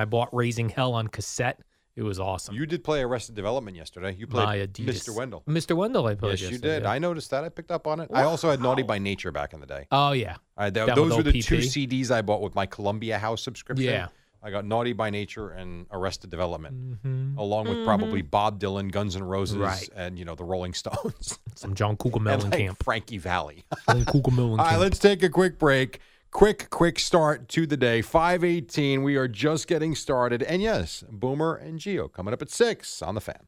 I bought Raising Hell on cassette. It was awesome.
You did play Arrested Development yesterday. You played
My Adidas.
Mr. Wendell.
Mr. Wendell, I played.
Yes, you
yesterday,
did.
yeah.
I noticed that. I picked up on it. I also had Naughty by Nature back in the day.
Oh, yeah.
I, th-
Down
those
with
were the two
OPP.
CDs I bought with my Columbia House subscription.
Yeah.
I got Naughty by Nature and Arrested Development, along with probably Bob Dylan, Guns N' Roses,
Mm-hmm. Right.
and you know the Rolling Stones
Some John Cougar
and like
Mellencamp.
Frankie Valley.
John Cougar
All right,
Mellencamp.
let's take a quick break. Quick, quick start to the day. 518. We are just getting started. And yes, Boomer and Geo coming up at six on the fan.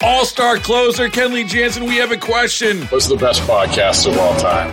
All star closer Kenley Jansen, we have a question.
What's the best podcast of all time?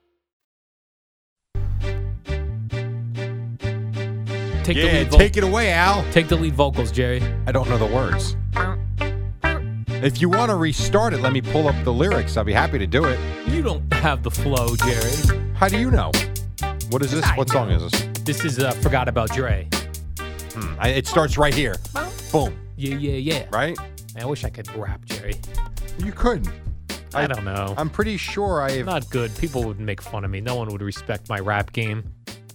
Take, the
Yeah,
lead vo-
take it away, Al.
take the lead vocals, Jerry.
I don't know the words. If you want to restart it, let me pull up the lyrics. I'll be happy to do it.
You don't have the flow, Jerry.
How do you know? What is this? What song is this?
This is uh, Forgot About Dre.
Hmm, I, it starts right here. Boom.
Yeah, yeah, yeah.
Right?
Man, I wish I could rap, Jerry.
You couldn't.
I, don't know.
I'm pretty sure I have.
not good. People would make fun of me. No one would respect my rap game.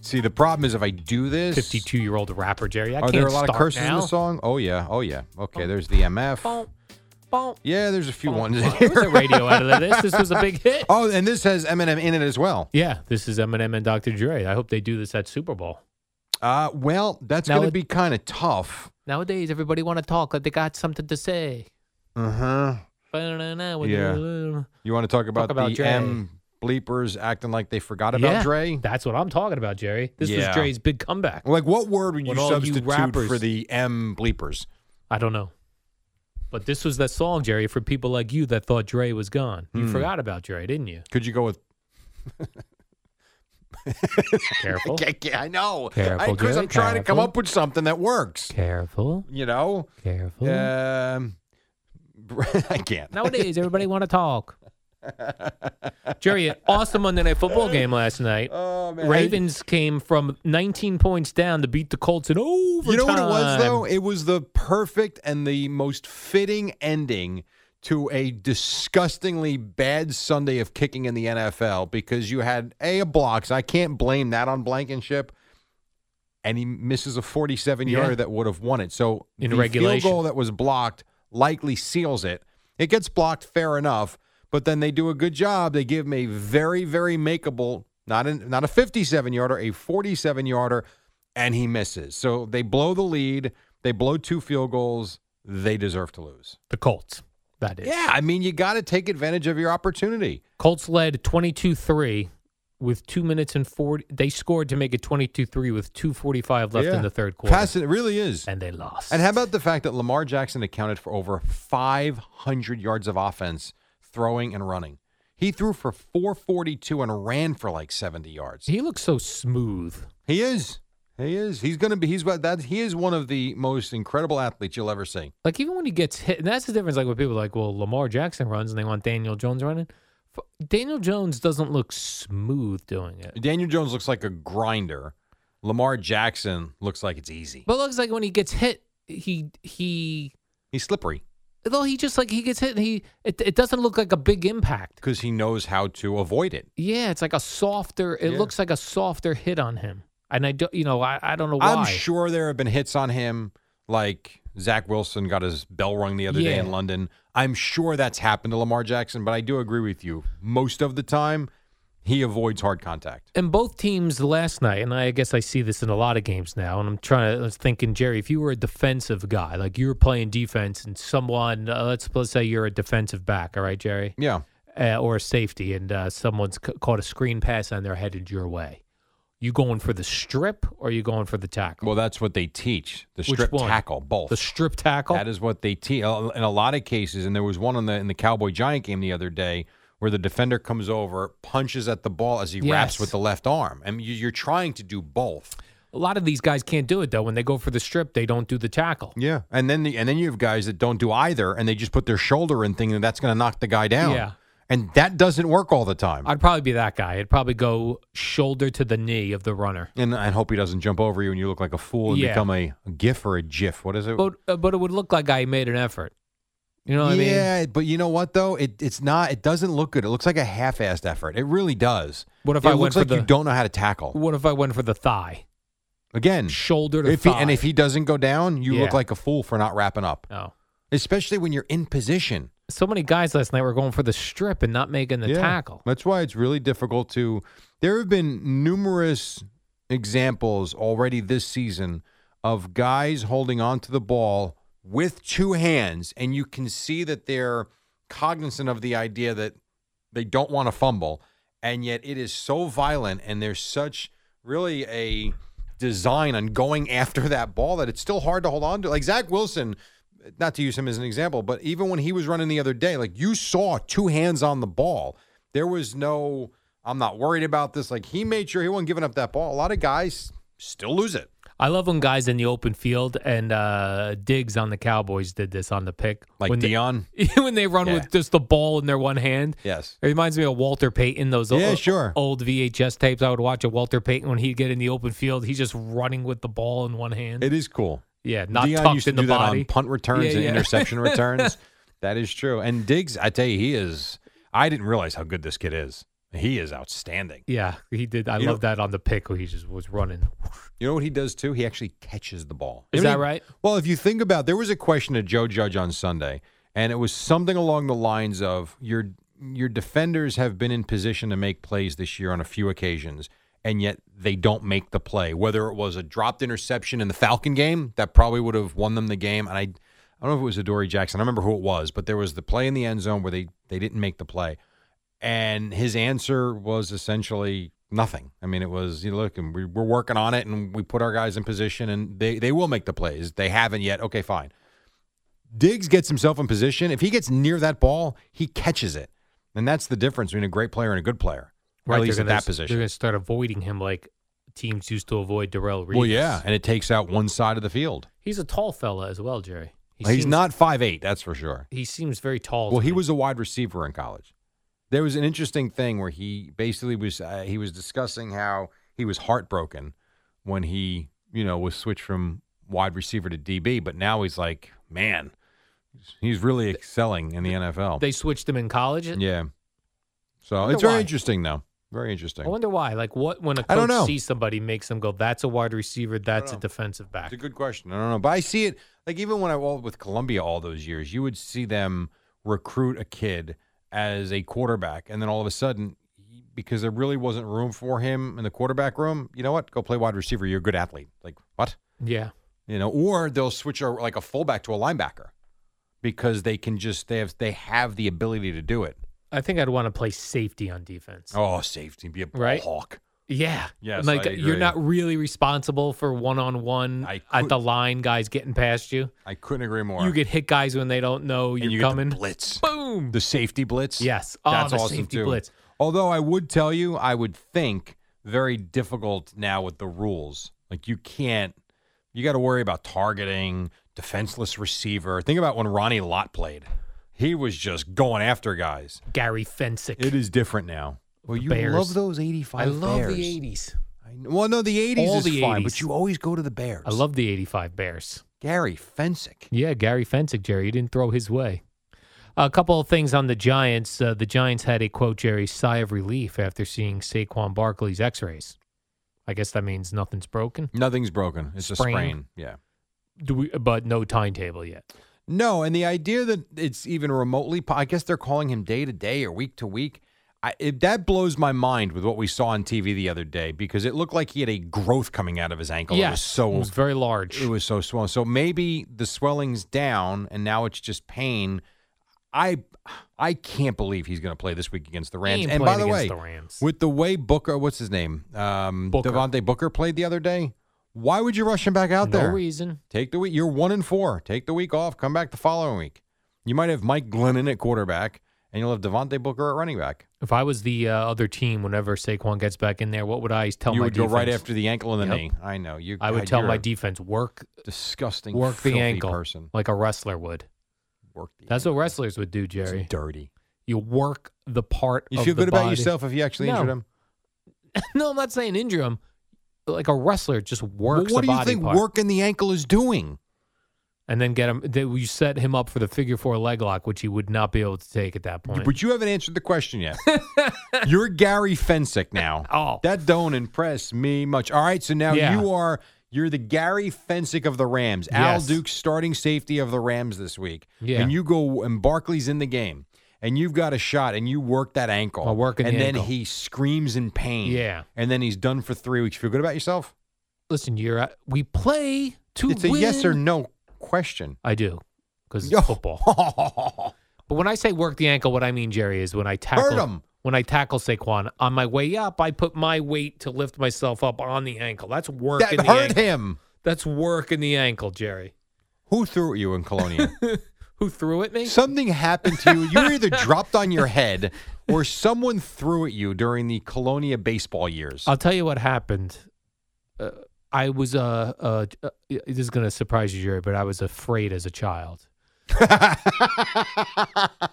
See, the problem is if I do this.
52 year old rapper, Jerry. I
Are
can't
there a lot of
start
curses in
now.
the song? Oh yeah, oh yeah. Okay, there's the MF.
Bonk, bonk,
Yeah, there's a few
bonk,
ones. in
bonk. There was a
here.
radio edit of this. This was a big hit.
Oh, and this has Eminem in it as well.
Yeah, this is Eminem and Dr. Dre. I hope they do this at Super Bowl.
Uh, well, that's
Now
going to
it-
be kind of tough.
Nowadays, everybody want to talk like they got something to say.
Uh huh.
Yeah.
You want to talk about,
about
the
Dre.
M bleepers acting like they forgot about Dre?
That's what I'm talking about, Jerry. This
Yeah.
was Dre's big comeback.
Like, what word would you
When all you
substitute
rappers-
for the M bleepers?
I don't know. But this was that song, Jerry, for people like you that thought Dre was gone.
Hmm.
You forgot about Dre, didn't you?
Could you go with?
Careful.
I, can't- I know,
Careful,
because
Dre,
I'm trying to come
careful.
up with something that works.
Careful.
You know,
Careful.
um, I can't.
Nowadays, everybody want to talk. Jerry, an awesome Monday Night Football game last night.
Oh, man.
Ravens came from 19 points down to beat the Colts in overtime.
You know what it was though? It was the perfect and the most fitting ending to a disgustingly bad Sunday of kicking in the NFL because you had a, a blocks. I can't blame that on Blankenship. And he misses a 47
Yeah.
yarder that would have won it. So
In
the
regulation.
field goal that was blocked likely seals it. It gets blocked fair enough, but then they do a good job. They give him a very very makeable not an, not a 57 yarder, a 47 yarder and he misses. So they blow the lead. They blow two field goals. They deserve to lose.
The Colts. That is.
Yeah, I mean, you got to take advantage of your opportunity.
Colts led 22 3 with two minutes and 40. They scored to make it 22 3 with 2.45 left
Yeah.
in the third quarter.
Pass it, it really is.
And they lost.
And how about the fact that Lamar Jackson accounted for over 500 yards of offense throwing and running? He threw for 442 and ran for like 70 yards.
He looks so smooth.
He is. He is. He's going to be. He's what that. He is one of the most incredible athletes you'll ever see.
Like even when he gets hit, and that's the difference. Like when people are like, well, Lamar Jackson runs, and they want Daniel Jones running. F- Daniel Jones doesn't look smooth doing it.
Daniel Jones looks like a grinder. Lamar Jackson looks like it's easy.
But it looks like when he gets hit, he he
He's slippery.
though he just like he gets hit, and he it, it doesn't look like a big impact.
because he knows how to avoid it.
Yeah, it's like a softer. It
Yeah.
looks like a softer hit on him. And I don't, you know, I, I don't know why.
I'm sure there have been hits on him, like Zach Wilson got his bell rung the other day in
Yeah.
London. I'm sure that's happened to Lamar Jackson, but I do agree with you. Most of the time, he avoids hard contact.
And both teams last night, and I guess I see this in a lot of games now. And I'm trying to, I was thinking, Jerry, if you were a defensive guy, like you were playing defense, and someone, uh, let's let's say you're a defensive back, all right, Jerry,
Yeah.
uh, or a safety, and uh, someone's c- caught a screen pass and they're headed your way. You going for the strip or you going for the tackle?
Well, that's what they teach the
Which
strip
one?
tackle, both.
the strip tackle.
That is what they teach in a lot of cases. And there was one in the in the Cowboy Giant game the other day where the defender comes over, punches at the ball as he
Yes.
wraps with the left arm. I mean, you- you're trying to do both.
a lot of these guys can't do it though. When they go for the strip, they don't do the tackle.
Yeah, and then the, and then you have guys that don't do either, and they just put their shoulder in, thinking that's going to knock the guy down.
Yeah.
and that doesn't work all the time.
I'd probably be that guy. I'd probably go shoulder to the knee of the runner.
and I hope he doesn't jump over you, and you look like a fool and
Yeah.
become a, a gif or a gif. What is it?
But uh, but it would look like I made an effort. You know what I mean?
yeah, but you know what though? It it's not. It doesn't look good. It looks like a half-assed effort. It really does.
What if
it
I went
looks
for
like
the
you don't know how to tackle
What if I went for the thigh,
again?
shoulder to
If he,
thigh?
and if he doesn't go down, you
Yeah.
look like a fool for not wrapping up,
oh,
especially when you're in position.
so many guys last night were going for the strip and not making the
Yeah.
tackle.
That's why it's really difficult to. There have been numerous examples already this season of guys holding onto the ball with two hands, and you can see that they're cognizant of the idea that they don't want to fumble, and yet it is so violent, and there's such really a design on going after that ball that it's still hard to hold on to. Like Zach Wilson, not to use him as an example, but even when he was running the other day, like you saw two hands on the ball. There was no, I'm not worried about this. Like he made sure he wasn't giving up that ball. A lot of guys still lose it.
I love when guys in the open field and uh, Diggs on the Cowboys did this on the pick.
Like
when
Dion.
They, when they run with
Yeah.
just the ball in their one hand.
Yes.
It reminds me of Walter Payton, those o-
Yeah, sure.
old VHS tapes I would watch of Walter Payton when he'd get in the open field. He's just running with the ball in one hand.
It is cool.
yeah, not
Dion
tucked
used to
in
do
the
that
body.
on punt returns
Yeah,
and
yeah.
interception returns. That is true. And Diggs, I tell you, he is. I didn't realize how good this kid is. He is outstanding.
yeah, he did. I
You know-
love that on the pick where he just was running.
You know what he does too? He actually catches the ball.
Is
You know
that
what he-
right?
Well, if you think about, there was a question to Joe Judge on Sunday, and it was something along the lines of your your defenders have been in position to make plays this year on a few occasions, and yet they don't make the play. Whether it was a dropped interception in the Falcon game that probably would have won them the game, and I I don't know if it was Adoree Jackson. I don't remember who it was, but there was the play in the end zone where they they didn't make the play. And his answer was essentially nothing. I mean, it was, you know, look, and we, we're working on it and we put our guys in position and they, they will make the plays. They haven't yet. Okay, fine. Diggs gets himself in position. If he gets near that ball, he catches it. And that's the difference between a great player and a good player, or at
they're
least at
gonna
that
s- They're
position.
going to start avoiding him like teams used to avoid Darrell Reeves.
Well, yeah. And it takes out one side of the field.
He's a tall fella as well, Jerry. He
He's
seems-
not five eight, that's for sure.
He seems very tall.
Well,
to
he
me.
was a wide receiver in college. There was an interesting thing where he basically was uh, he was discussing how he was heartbroken when he you know was switched from wide receiver to DB, but now he's like, man, he's really excelling in the NFL.
They switched him in college.
yeah, so
wonder
it's very
why.
interesting though. Very interesting.
I wonder why. Like, what when a coach
I don't know.
sees somebody makes them go, "That's a wide receiver. That's a defensive back."
It's a good question. I don't know, but I see it like even when I was with Columbia all those years, you would see them recruit a kid as a quarterback, and then all of a sudden, because there really wasn't room for him in the quarterback room, you know what? Go play wide receiver. You're a good athlete. Like what?
Yeah,
You know, or they'll switch a, like a fullback to a linebacker because they can just they have they have the ability to do it.
I think I'd want to play safety on defense.
Oh, safety, be a ball
Right.
hawk.
Yeah,
Yes,
like
I
you're
agree.
not really responsible for one-on-one
I
at
could-
the line. Guys getting past you,
I couldn't agree more.
you get hit guys when they don't know
And
you're
you get the
coming.
blitz.
Boom.
The safety blitz?
Yes. Oh,
That's
the
awesome
safety
too.
blitz.
Although I would tell you, I would think very difficult now with the rules. Like you can't you got to worry about targeting, defenseless receiver. Think about when Ronnie Lott played. He was just going after guys.
Gary Fensick.
It is different now. Well, you
Bears.
love those 85
I love
Bears.
the '80s.
I kn- Well, no, the 80s
All
is
the
fine,
80s.
but you always go to the Bears.
I love the '85 Bears.
Gary Fensick.
Yeah, Gary Fensick, Jerry. You didn't throw his way. A couple of things on the Giants. Uh, the Giants had a quote, Jerry, sigh of relief after seeing Saquon Barkley's x rays. I guess that means nothing's broken.
Nothing's broken. It's
Sprain.
a sprain. Yeah.
Do we, but no timetable yet.
Oh, No, and the idea that it's even remotely, po- I guess they're calling him day to day or week to week. I, it, that blows my mind with what we saw on TV the other day because it looked like he had a growth coming out of his ankle. It was so
it was very large.
It was so swollen. So maybe the swelling's down and now it's just pain. I I can't believe he's going to play this week against the Rams.
ain't
And by
playing
the way,
against the Rams.
with the way Booker, what's his name, um,
Booker.
Devontae Booker played the other day, why would you rush him back out
no
there?
reason.
Take the week. You're one and four. Take the week off. Come back the following week. You might have Mike Glennon at quarterback, and you'll have Devontae Booker at running back.
If I was the uh, other team, whenever Saquon gets back in there, what would I tell
you
my
would
defense?
go right after the ankle and the
Yep.
knee. I know you.
I would
God,
tell
you're
my
a
defense work
disgusting,
work the
filthy
ankle
person.
like a wrestler would.
Work the
That's
ankle.
what wrestlers would do, Jerry.
It's dirty.
You work the part.
You
of
feel
the
good about
body.
yourself if you actually
No.
injured him.
no, I'm not saying injure him. Like a wrestler just
Well,
works.
what
the
do you
body
think
part.
working the ankle is doing?
and then get him. They, you set him up for the figure four leg lock, which he would not be able to take at that point.
But you haven't answered the question yet. You're Gary Fensick now.
Oh.
That don't impress me much. All right, so now
Yeah.
you are you're the Gary Fensick of the Rams. Al
Yes.
Duke's starting safety of the Rams this week.
Yeah.
And you go and Barkley's in the game. And you've got a shot and you work that ankle.
I'm working
and
the
then
ankle.
he screams in pain.
Yeah.
And then he's done for three weeks. You feel good about yourself?
Listen, you're at, we play to
it's a yes or
win.
no question.
I do because it's
Yo.
football. But when I say work the ankle, what I mean, Jerry, is when I tackle
him.
when I tackle Saquon on my way up, I put my weight to lift myself up on the ankle. That's work
that
in the
hurt
ankle.
him.
That's work in the ankle, Jerry.
Who threw at you in Colonia?
Who threw at me?
Something happened to you. You were either dropped on your head or someone threw at you during the Colonia baseball years.
I'll tell you what happened. Uh, I was uh, uh, uh, this is gonna surprise you, Jerry, but I was afraid as a child.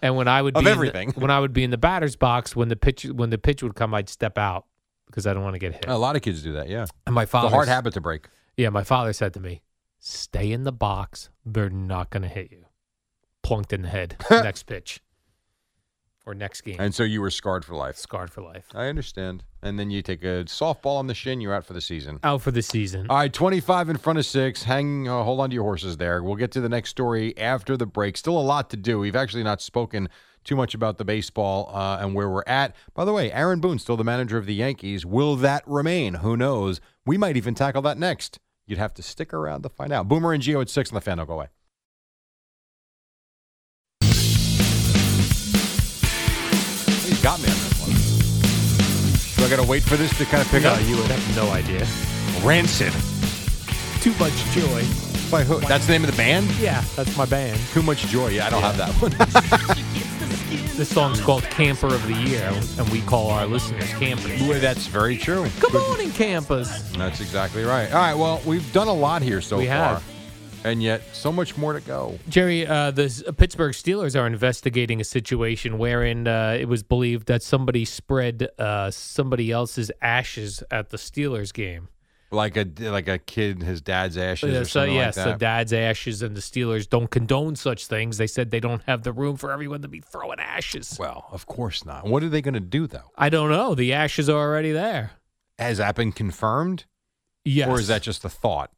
and when I would be in
Of
the-
everything.
when I would be in the batter's box, when the pitch when the pitch would come, I'd step out because I don't want to get hit.
a lot of kids do that, yeah.
and my
It's
father
a Oh. hard habit to break.
Yeah, my father said to me, "Stay in the box. They're not going to hit you." Plunked in the head. next pitch, or next game,
And so you were scarred for life.
scarred for life.
I understand. And then you take a softball on the shin, you're out for the season.
Out for the season.
All right, 25 in front of six. Hang, uh, hold on to your horses there. We'll get to the next story after the break. Still a lot to do. We've actually not spoken too much about the baseball uh, and where we're at. By the way, Aaron Boone, still the manager of the Yankees. Will that remain? Who knows? We might even tackle that next. You'd have to stick around to find out. Boomer and Geo at six on the fan. Don't go away. He's got me on this one. Do I got to wait for this to kind of pick
no,
up?
you would have no idea.
Rancid.
Too much joy.
By who? That's the name of the band?
Yeah, that's my band.
Too much joy. Yeah, I don't have that one.
This song's called "Camper of the Year," and we call our listeners campers.
Boy, that's very true.
Good morning, campers.
That's exactly right. All right. Well, we've done a lot here so
We
far,
have.
and yet so much more to go.
Jerry, uh, the S- Pittsburgh Steelers are investigating a situation wherein uh, it was believed that somebody spread uh, somebody else's ashes at the Steelers game.
Like a like a kid, his dad's ashes.
Yeah,
or
so
something
yes,
like
the
that.
dad's ashes and the Steelers don't condone such things. They said they don't have the room for everyone to be throwing ashes.
Well, of course not. What are they going to do though?
I don't know. The ashes are already there.
Has that been confirmed,
Yes.
or is that just a thought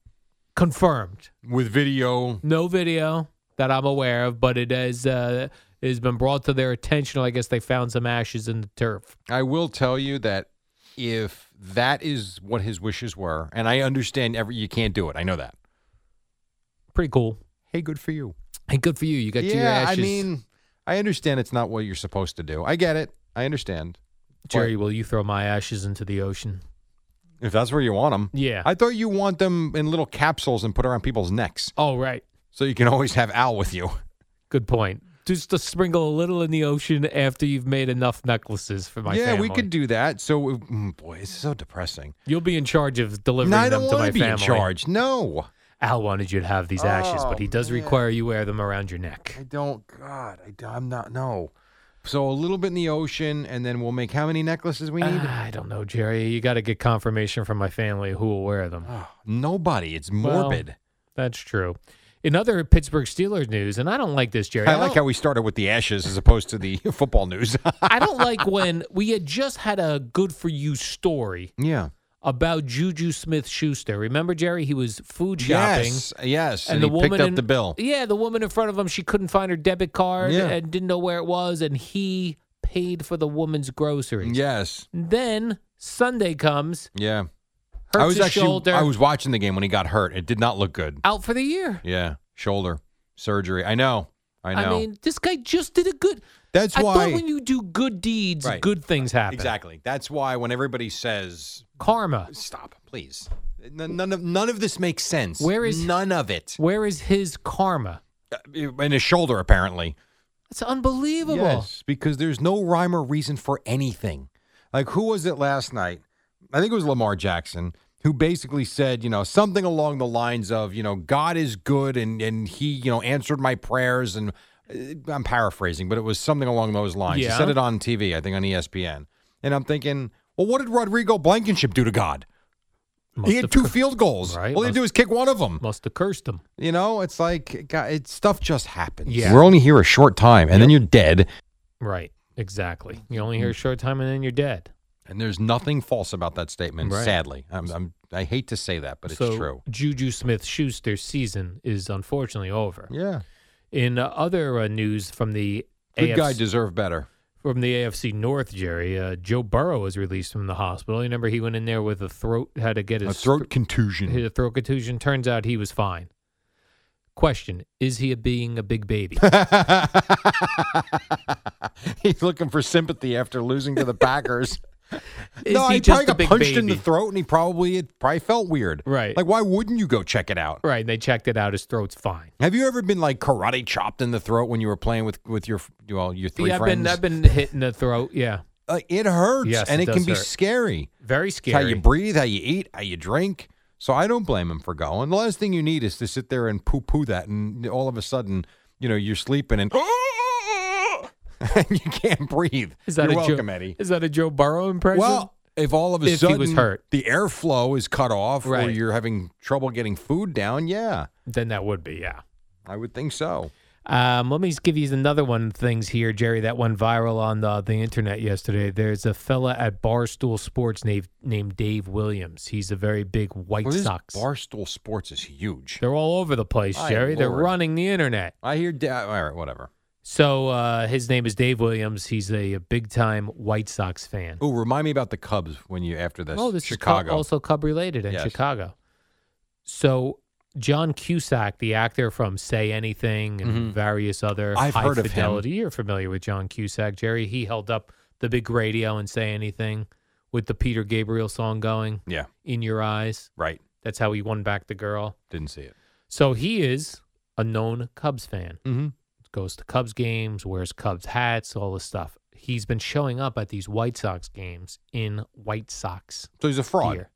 confirmed?
with video?
No video that I'm aware of, but it has uh, it has been brought to their attention. I guess they found some ashes in the turf.
I will tell you that if that is what his wishes were, and I understand every you can't do it. I know that.
Pretty cool.
Hey, good for you.
And good for you. You got to your ashes.
I mean, I understand it's not what you're supposed to do. I get it. I understand.
Jerry, will you throw my ashes into the ocean?
If that's where you want them.
Yeah.
I thought you want them in little capsules and put around people's necks
oh, right.
so you can always have Al with you.
Good point. Just to sprinkle a little in the ocean after you've made enough necklaces for my
yeah,
family.
we could do that. So, mm, boy, it's so depressing.
You'll be in charge of delivering
No, I
them
don't
to
want
my
to be
family.
in charge. Oh, No,
Al wanted you to have these ashes, but he does require you wear them around your neck.
I don't. God, I, don't- I'm not. No. So a little bit in the ocean, and then we'll make how many necklaces we need?
Ah, I don't know, Jerry. You got to get confirmation from my family who will wear them.
Oh. Nobody. It's
Well,
morbid.
That's true. In other Pittsburgh Steelers news, and I don't like this, Jerry.
I like
don't-
how we started with the ashes as opposed to the football news.
I don't like when we had just had a good for you story
yeah.
about Juju Smith Schuster. Remember, Jerry? He was food shopping.
Yes. Yes. And, he picked up
in-
the bill.
Yeah, the woman in front of him, she couldn't find her debit card
Yeah.
and didn't know where it was, and he paid for the woman's groceries.
Yes.
Then Sunday comes,
Yeah.
hurts
I was
his
actually
shoulder,
I was watching the game when he got hurt. It did not look good.
out for the year.
Yeah. Shoulder surgery. I know. I know.
mean, this guy just did a good.
That's
I
why-
thought when you do good deeds,
Right.
good things happen.
exactly. That's why when everybody says
Karma.
stop, please. N- None of none of this makes sense.
Where is-
none of it?
Where is his karma?
In his shoulder, apparently.
It's unbelievable.
Yes, because there's no rhyme or reason for anything. Like, who was it last night? I think it was Lamar Jackson who basically said, you know, something along the lines of, you know, God is good and and he, you know, answered my prayers and uh, I'm paraphrasing, but it was something along those lines. He said
Yeah.
it on TV, I think on E ESPN. And I'm thinking, well, what did Rodrigo Blankenship do to God?
Must
he had
have
two
cur-
field goals.
Right,
All he
must-
did was kick one of them.
Must have cursed him.
You know, it's like God, it, stuff just happens.
Yeah.
We're only here a short time, and then you're dead.
Right. Exactly. You only
Hmm.
hear a short time and then you're dead.
And there's nothing false about that statement,
Right.
sadly. I'm, I'm, I hate to say that, but it's
so
true.
Juju Smith Schuster's season is unfortunately over.
Yeah.
In uh, other uh, news from the
Good
AFC
guy deserved better.
from the AFC North, Jerry, uh, Joe Burrow was released from the hospital. You remember he went in there with a throat, had to get his
A throat contusion.
hit a throat contusion. Turns out he was fine. Question: Is he a being a big baby?
He's looking for sympathy after losing to the Packers.
Is
no,
he
he
just
probably
a
got
big
punched in the
baby?
throat, and he probably it probably felt weird.
Right.
Like, why wouldn't you go check it out?
right? They checked it out. His throat's fine.
Have you ever been like karate chopped in the throat when you were playing with with your well your three
yeah, I've
friends?
been I've been hit in the throat. Yeah,
Uh, it hurts,
Yes,
and
it
it, can
does
be
hurt.
scary.
very
It's
scary.
How you breathe, how you eat, how you drink. So I don't blame him for going. The last thing you need is to sit there and poo poo that, and all of a sudden, you know, you're sleeping and, and you can't breathe.
Is that
you're
a
welcome,
Joe,
Eddie.
Is that a Joe Burrow impression?
Well, if all of a
If he
sudden
was hurt.
the airflow is cut off, or
Right.
you're having trouble getting food down, yeah,
then that would be yeah.
I would think so.
Um, let me just give you another one of the things here, Jerry, that went viral on the, the internet yesterday. There's a fella at Barstool Sports named, named Dave Williams. He's a very big White
Well, this
Sox.
Barstool Sports is huge.
They're all over the place,
My
Jerry. They're
Lord.
running the internet.
I hear. Da- all right, whatever.
So uh, his name is Dave Williams. He's a, a big time White Sox fan.
Oh, remind me about the Cubs when you after this.
Oh, this is
Chicago.
Cub- also Cub related in
Yes.
Chicago. So John Cusack, the actor from Say Anything and various other
Mm-hmm. I've
high
heard of him.
fidelity. You're familiar with John Cusack, Jerry. He held up the big radio and Say Anything with the Peter Gabriel song going
yeah,
in your eyes.
right.
That's how he won back the girl.
Didn't see it.
So he is a known Cubs fan.
Mm-hmm.
Goes to Cubs games, wears Cubs hats, all this stuff. He's been showing up at these White Sox games in White Sox
So he's a fraud.
here,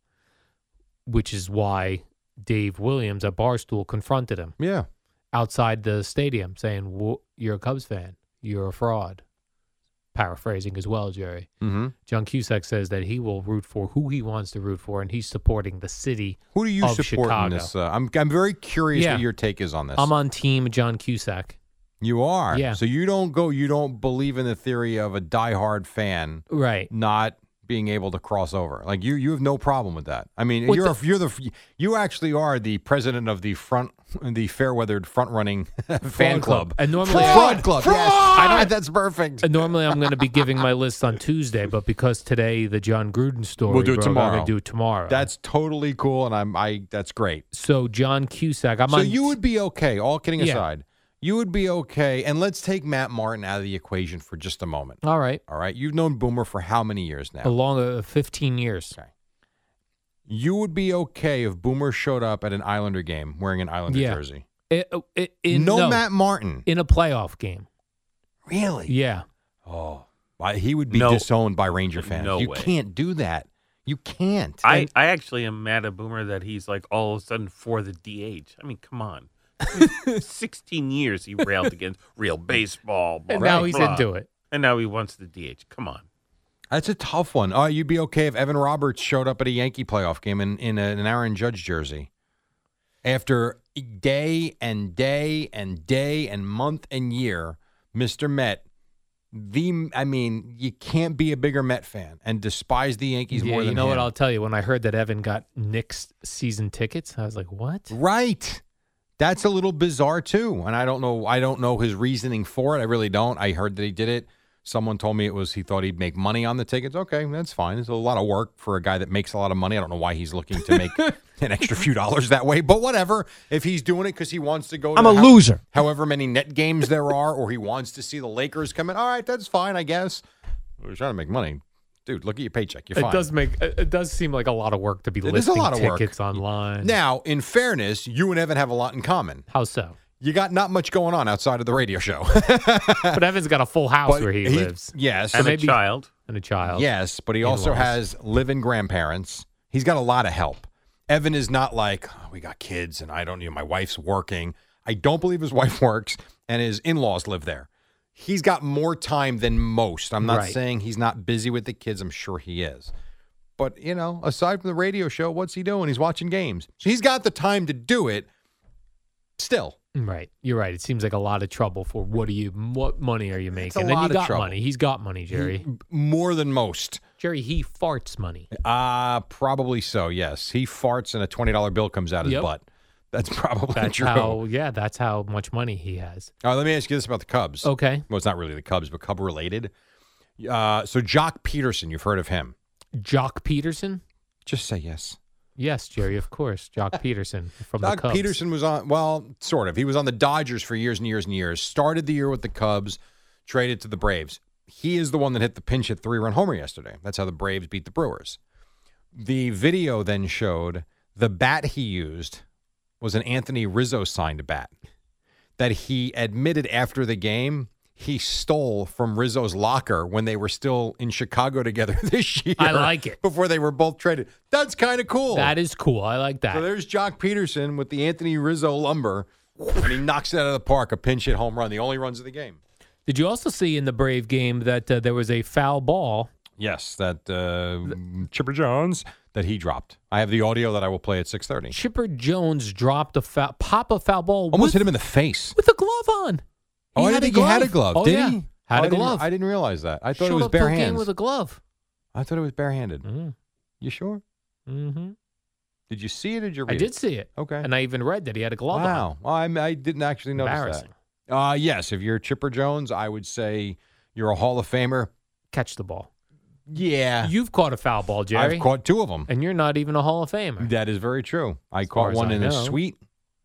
which is why Dave Williams at Barstool confronted him
Yeah.
outside the stadium, saying, "Wo- "You're a Cubs fan. You're a fraud." Paraphrasing as well, Jerry.
Mm-hmm.
John Cusack says that he will root for who he wants to root for, and he's supporting the city.
Who do you
of
support
Chicago.
in this? Uh, I'm I'm very curious
Yeah.
what your take is on this.
I'm on team John Cusack.
you are.
Yeah.
So you don't go. You don't believe in the theory of a diehard fan
Right.
not being able to cross over. Like you, you have no problem with that. I mean,
With
you're the, you're the you actually are the president of the front the fair weathered front running fan
Fraud club.
club.
And normally-
fraud club. Yes.
I don't-
that's perfect.
And normally I'm going to be giving my list on Tuesday, but because today the John Gruden story,
We'll do it
broke, I'm gonna
tomorrow.
do it tomorrow.
That's totally cool, and I'm I. That's great.
so John Cusack. I'm
so
on
you would be okay. All kidding
Yeah.
aside, you would be okay. And let's take Matt Martin out of the equation for just a moment.
all right
All right, you've known Boomer for how many years now?
along uh, 15 years.
You would be okay if Boomer showed up at an Islander game wearing an Islander
Yeah.
jersey.
I- uh, I- in,
no, Matt Martin.
in a playoff game.
Really?
Yeah,
Oh, why- he would be
No.
disowned by Ranger fans.
No
you
way.
can't do that. You can't.
I,
And
I actually am mad at Boomer that he's like all of a sudden for the DH. I mean, come on. 16 years he railed against real baseball. Blah,
and now
blah,
he's
blah.
into it.
And now he wants the DH. Come on.
that's a tough one. All right, you'd be okay if Evan Roberts showed up at a Yankee playoff game in, in a- an Aaron Judge jersey. After day and day and day and month and year, Mr. Met, the I mean, you can't be a bigger Met fan and despise the Yankees
Yeah,
more
you
than
know what
him.
I'll tell you. When I heard that Evan got Knicks season tickets, I was like, "What?
Right. That's a little bizarre too, and I don't know. I don't know his reasoning for it. I really don't. I heard that he did it Someone told me it was he thought he'd make money on the tickets. Okay, that's fine. It's a lot of work for a guy that makes a lot of money. I don't know why he's looking to make an extra few dollars that way, but whatever. If he's doing it because he wants to go, to
I'm a
how-
loser.
However many net games there are, or he wants to see the Lakers come in. All right, that's fine, I guess. We're trying to make money, dude. Look at your paycheck. You're
it
fine.
does make it it does seem like a lot of work to be
It is a
listing
lot of work.
tickets online.
Now, in fairness, you and Evan have a lot in common.
How so?
You got not much going on outside of the radio show.
But Evan's got a full house
But
where he,
he-
lives.
yes.
and
And a
maybe-
child.
and a child.
yes, but he also
In-laws.
has living grandparents. He's got a lot of help. Evan is not like, "Oh, we got kids and I don't, you know, my wife's working. I don't believe his wife works and his in laws live there. He's got more time than most. I'm not
Right.
saying he's not busy with the kids. I'm sure he is. But, you know, aside from the radio show, what's he doing? He's watching games. So he's got the time to do it still.
Mm, Right, you're right. It seems like a lot of trouble for what do you what money are you making?
It's a
and then
lot
you
of
got
trouble.
money. He's got money, Jerry.
More than most.
Jerry, he farts money.
Uh probably so. Yes, he farts and a twenty dollar bill comes out his
Yep.
butt. That's probably
That's
true.
how yeah, that's how much money he has.
All right, let me ask you this about the Cubs.
Okay.
Well, it's not really the Cubs, but Cub related. Uh, so Jock Peterson, you've heard of him?
Jock Peterson?
Just say yes.
Yes, Jerry, of course. Jock Peterson from the
Doc
Cubs.
Peterson was on, well, sort of. He was on the Dodgers for years and years and years. Started the year with the Cubs, traded to the Braves. He is the one that hit the pinch hit three run homer yesterday. That's how the Braves beat the Brewers. The video then showed the bat he used was an Anthony Rizzo signed bat that he admitted after the game he stole from Rizzo's locker when they were still in Chicago together this year.
I like it.
Before they were both traded. That's kind of cool.
That is cool. I like that.
So there's Jock Peterson with the Anthony Rizzo lumber, and he knocks it out of the park, a pinch hit home run, the only runs of the game.
Did you also see in the Brave game that uh, there was a foul ball?
Yes, that uh, Chipper Jones that he dropped. I have the audio that I will play at 6:30.
Chipper Jones dropped a foul, pop a foul ball
Almost
with,
hit him in the face.
with a glove on.
oh, I didn't think he had a glove.
Oh,
did
yeah.
he?
Had a
Oh, I didn't-
glove.
I didn't realize that. I thought
Showed
it was
up to a
bare
game
hands.
with a glove.
I thought it was barehanded.
Mhm.
You sure?
Mhm.
Did you see it? Or did you read
I did see it.
Okay.
And I even read that he had a glove on.
Wow. Well, I'm- I didn't actually notice
Embarrassing.
that. Uh, yes, if you're Chipper Jones, I would say you're a Hall of Famer.
Catch the ball.
Yeah.
You've caught a foul ball, Jerry.
Ah. I've caught two of them.
and you're not even a Hall of Famer.
That is very true. I
far
caught
as
one
I
in
know.
a suite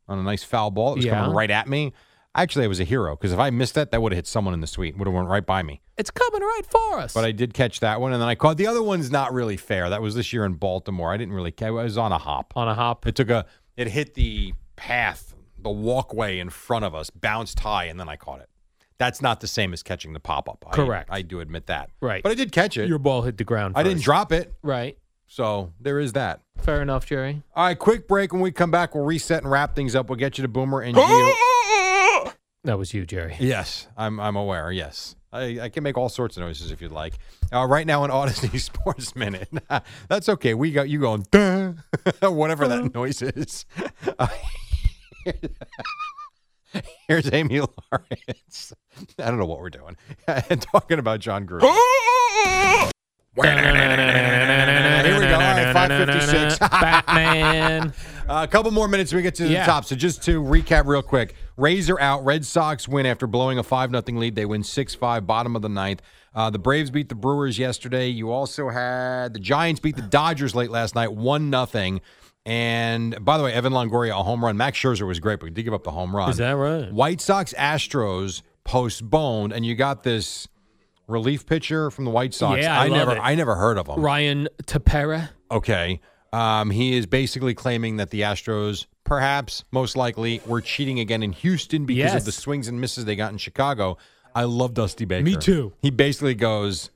on a nice foul ball. It was coming
Yeah.
right at me. Actually, I was a hero because if I missed that, that would have hit someone in the suite. Would have went right by me.
It's coming right for us.
But I did catch that one, and then I caught the other one's not really fair. That was this year in Baltimore. I didn't really. ca- I was on a hop.
on a hop.
It took a. It hit the path, the walkway in front of us, bounced high, and then I caught it. That's not the same as catching the pop up.
Correct.
I do admit that.
Right.
But I did catch it.
Your ball hit the ground.
I didn't
first.
drop it.
Right.
So there is that.
Fair enough, Jerry.
All right, quick break. When we come back, we'll reset and wrap things up. We'll get you to Boomer and Gio.
That was you, Jerry.
Yes, I'm I'm aware. Yes, I, I can make all sorts of noises if you'd like. Uh, right now on Odyssey Sports Minute, that's okay. We got you going "Duh," whatever that noise is. Uh, here's Amy Lawrence. I don't know what we're doing. and talking about John Gruden. Here we go. All right, 556.
Batman.
Uh, a couple more minutes and we get to
Yeah.
the top. So just to recap real quick, Rays are out. Red Sox win after blowing a 5 nothing lead. They win 6-5, bottom of the ninth. Uh, the Braves beat the Brewers yesterday. You also had the Giants beat the Dodgers late last night, 1 nothing. And by the way, Evan Longoria, a home run. Max Scherzer was great, but he did give up the home run.
Is that right?
White Sox Astros postponed, and you got this relief pitcher from the White Sox.
Yeah, I love
never
it.
I never heard of him.
Ryan Tapera.
Okay. Um, he is basically claiming that the Astros, perhaps most likely, were cheating again in Houston because of
Yes.
the swings and misses they got in Chicago. I love Dusty Baker.
Me too.
He basically goes,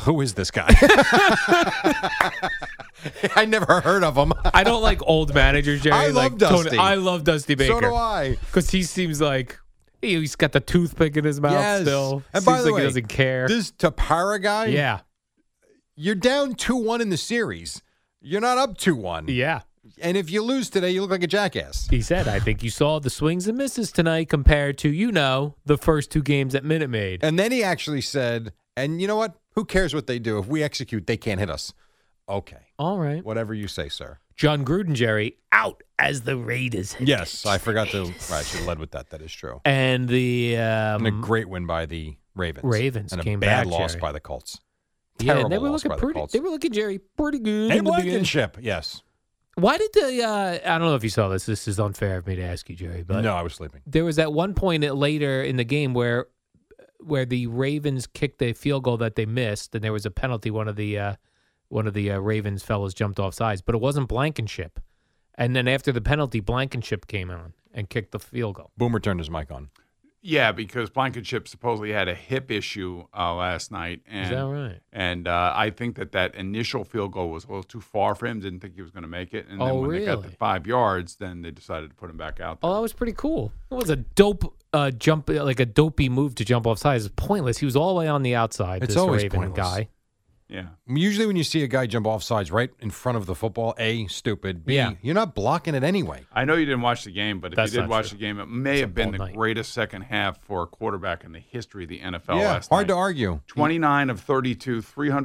Who is this guy? I never heard of him.
I don't like old managers, Jerry.
I love
like
Dusty.
I love Dusty Baker.
So do I.
Because he seems like he's got the toothpick in his mouth
Yes.
still.
And
seems
by the
like
way,
he doesn't care.
This Tapara guy,
yeah.
you're down 2 1 in the series. You're not up 2 1.
Yeah.
And if you lose today, you look like a jackass.
He said, I think you saw the swings and misses tonight compared to, you know, the first two games at Minute Maid.
And then he actually said, and you know what? Who cares what they do? If we execute, they can't hit us. Okay.
All right.
Whatever you say, sir.
John Gruden, Jerry, out as the Raiders. hit
Yes,
the
I forgot to. I should have led with that. That is true.
And the
And a
um,
great win by the Ravens.
Ravens
and a
came
bad
back,
loss
Jerry.
by the Colts.
Yeah,
Terrible
and they were
loss
looking
by the
pretty.
Colts.
They were looking Jerry pretty good.
Hey,
in the beginning.
Blankenship. Yes.
Why did the? Uh, I don't know if you saw this. This is unfair of me to ask you, Jerry. But
no, I was sleeping.
there was that one point at- later in the game where where the Ravens kicked a field goal that they missed, and there was a penalty. One of the uh, one of the uh, Ravens fellas jumped off sides, but it wasn't Blankenship. And then after the penalty, Blankenship came on and kicked the field goal.
Boomer turned his mic on.
Yeah, because Blankenship supposedly had a hip issue uh, last night, and
that right?
And uh, I think that that initial field goal was a little too far for him. Didn't think he was going to make it, and
Oh,
then when they got the
really?
five yards, then they decided to put him back out.
Oh, that was pretty cool. It was a dope uh, jump, like a dopey move to jump off sides. It's pointless. He was all the way on the outside.
It's
this
always
Raven
pointless.
guy.
Yeah.
Usually, when you see a guy jump off sides right in front of the football, a stupid. B,
Yeah.
you're not blocking it anyway.
I know you didn't watch the game, but if
That's
you
not
did watch
true.
the game, it may
It's a
have been
ball
the
night.
greatest second half for a quarterback in the history of the NFL.
yeah,
last
hard
night.
to argue.
29 of 32,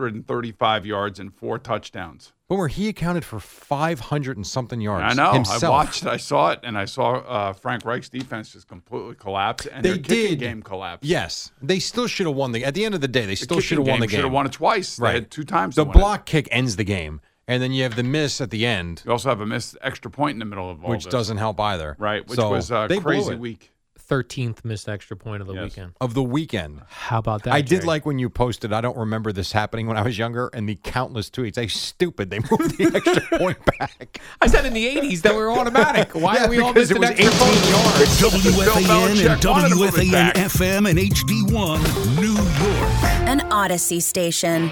335 yards, and four touchdowns.
Boomer, he accounted for 500 and something yards.
I know.
Himself.
I watched it. I saw it, and I saw uh, Frank Reich's defense just completely collapse, and
They
their kicking
did.
game collapsed.
Yes, they still should have won the. At the end of the day, they still
kicking
should have won
game
the game.
should have won it twice. They
Right,
had two times
The
to win it.
block kick ends the game, and then you have the miss at the end.
You also have a missed extra point in the middle of all
which
this.
doesn't help either.
Right, which
So,
was a
they blew
crazy
it.
week.
Thirteenth missed extra point of the weekend.
of the weekend.
How about that?
I did
Jerry?
like when you posted. I don't remember this happening when I was younger, and the countless tweets. They stupid. They moved the extra point back.
I said in the '80s that were automatic. Why
Yeah,
are we all
because
missing
it was
extra points?
WFAN and
wanted to move it
WFAN
back.
FM and HD1 New York.
An Odyssey station.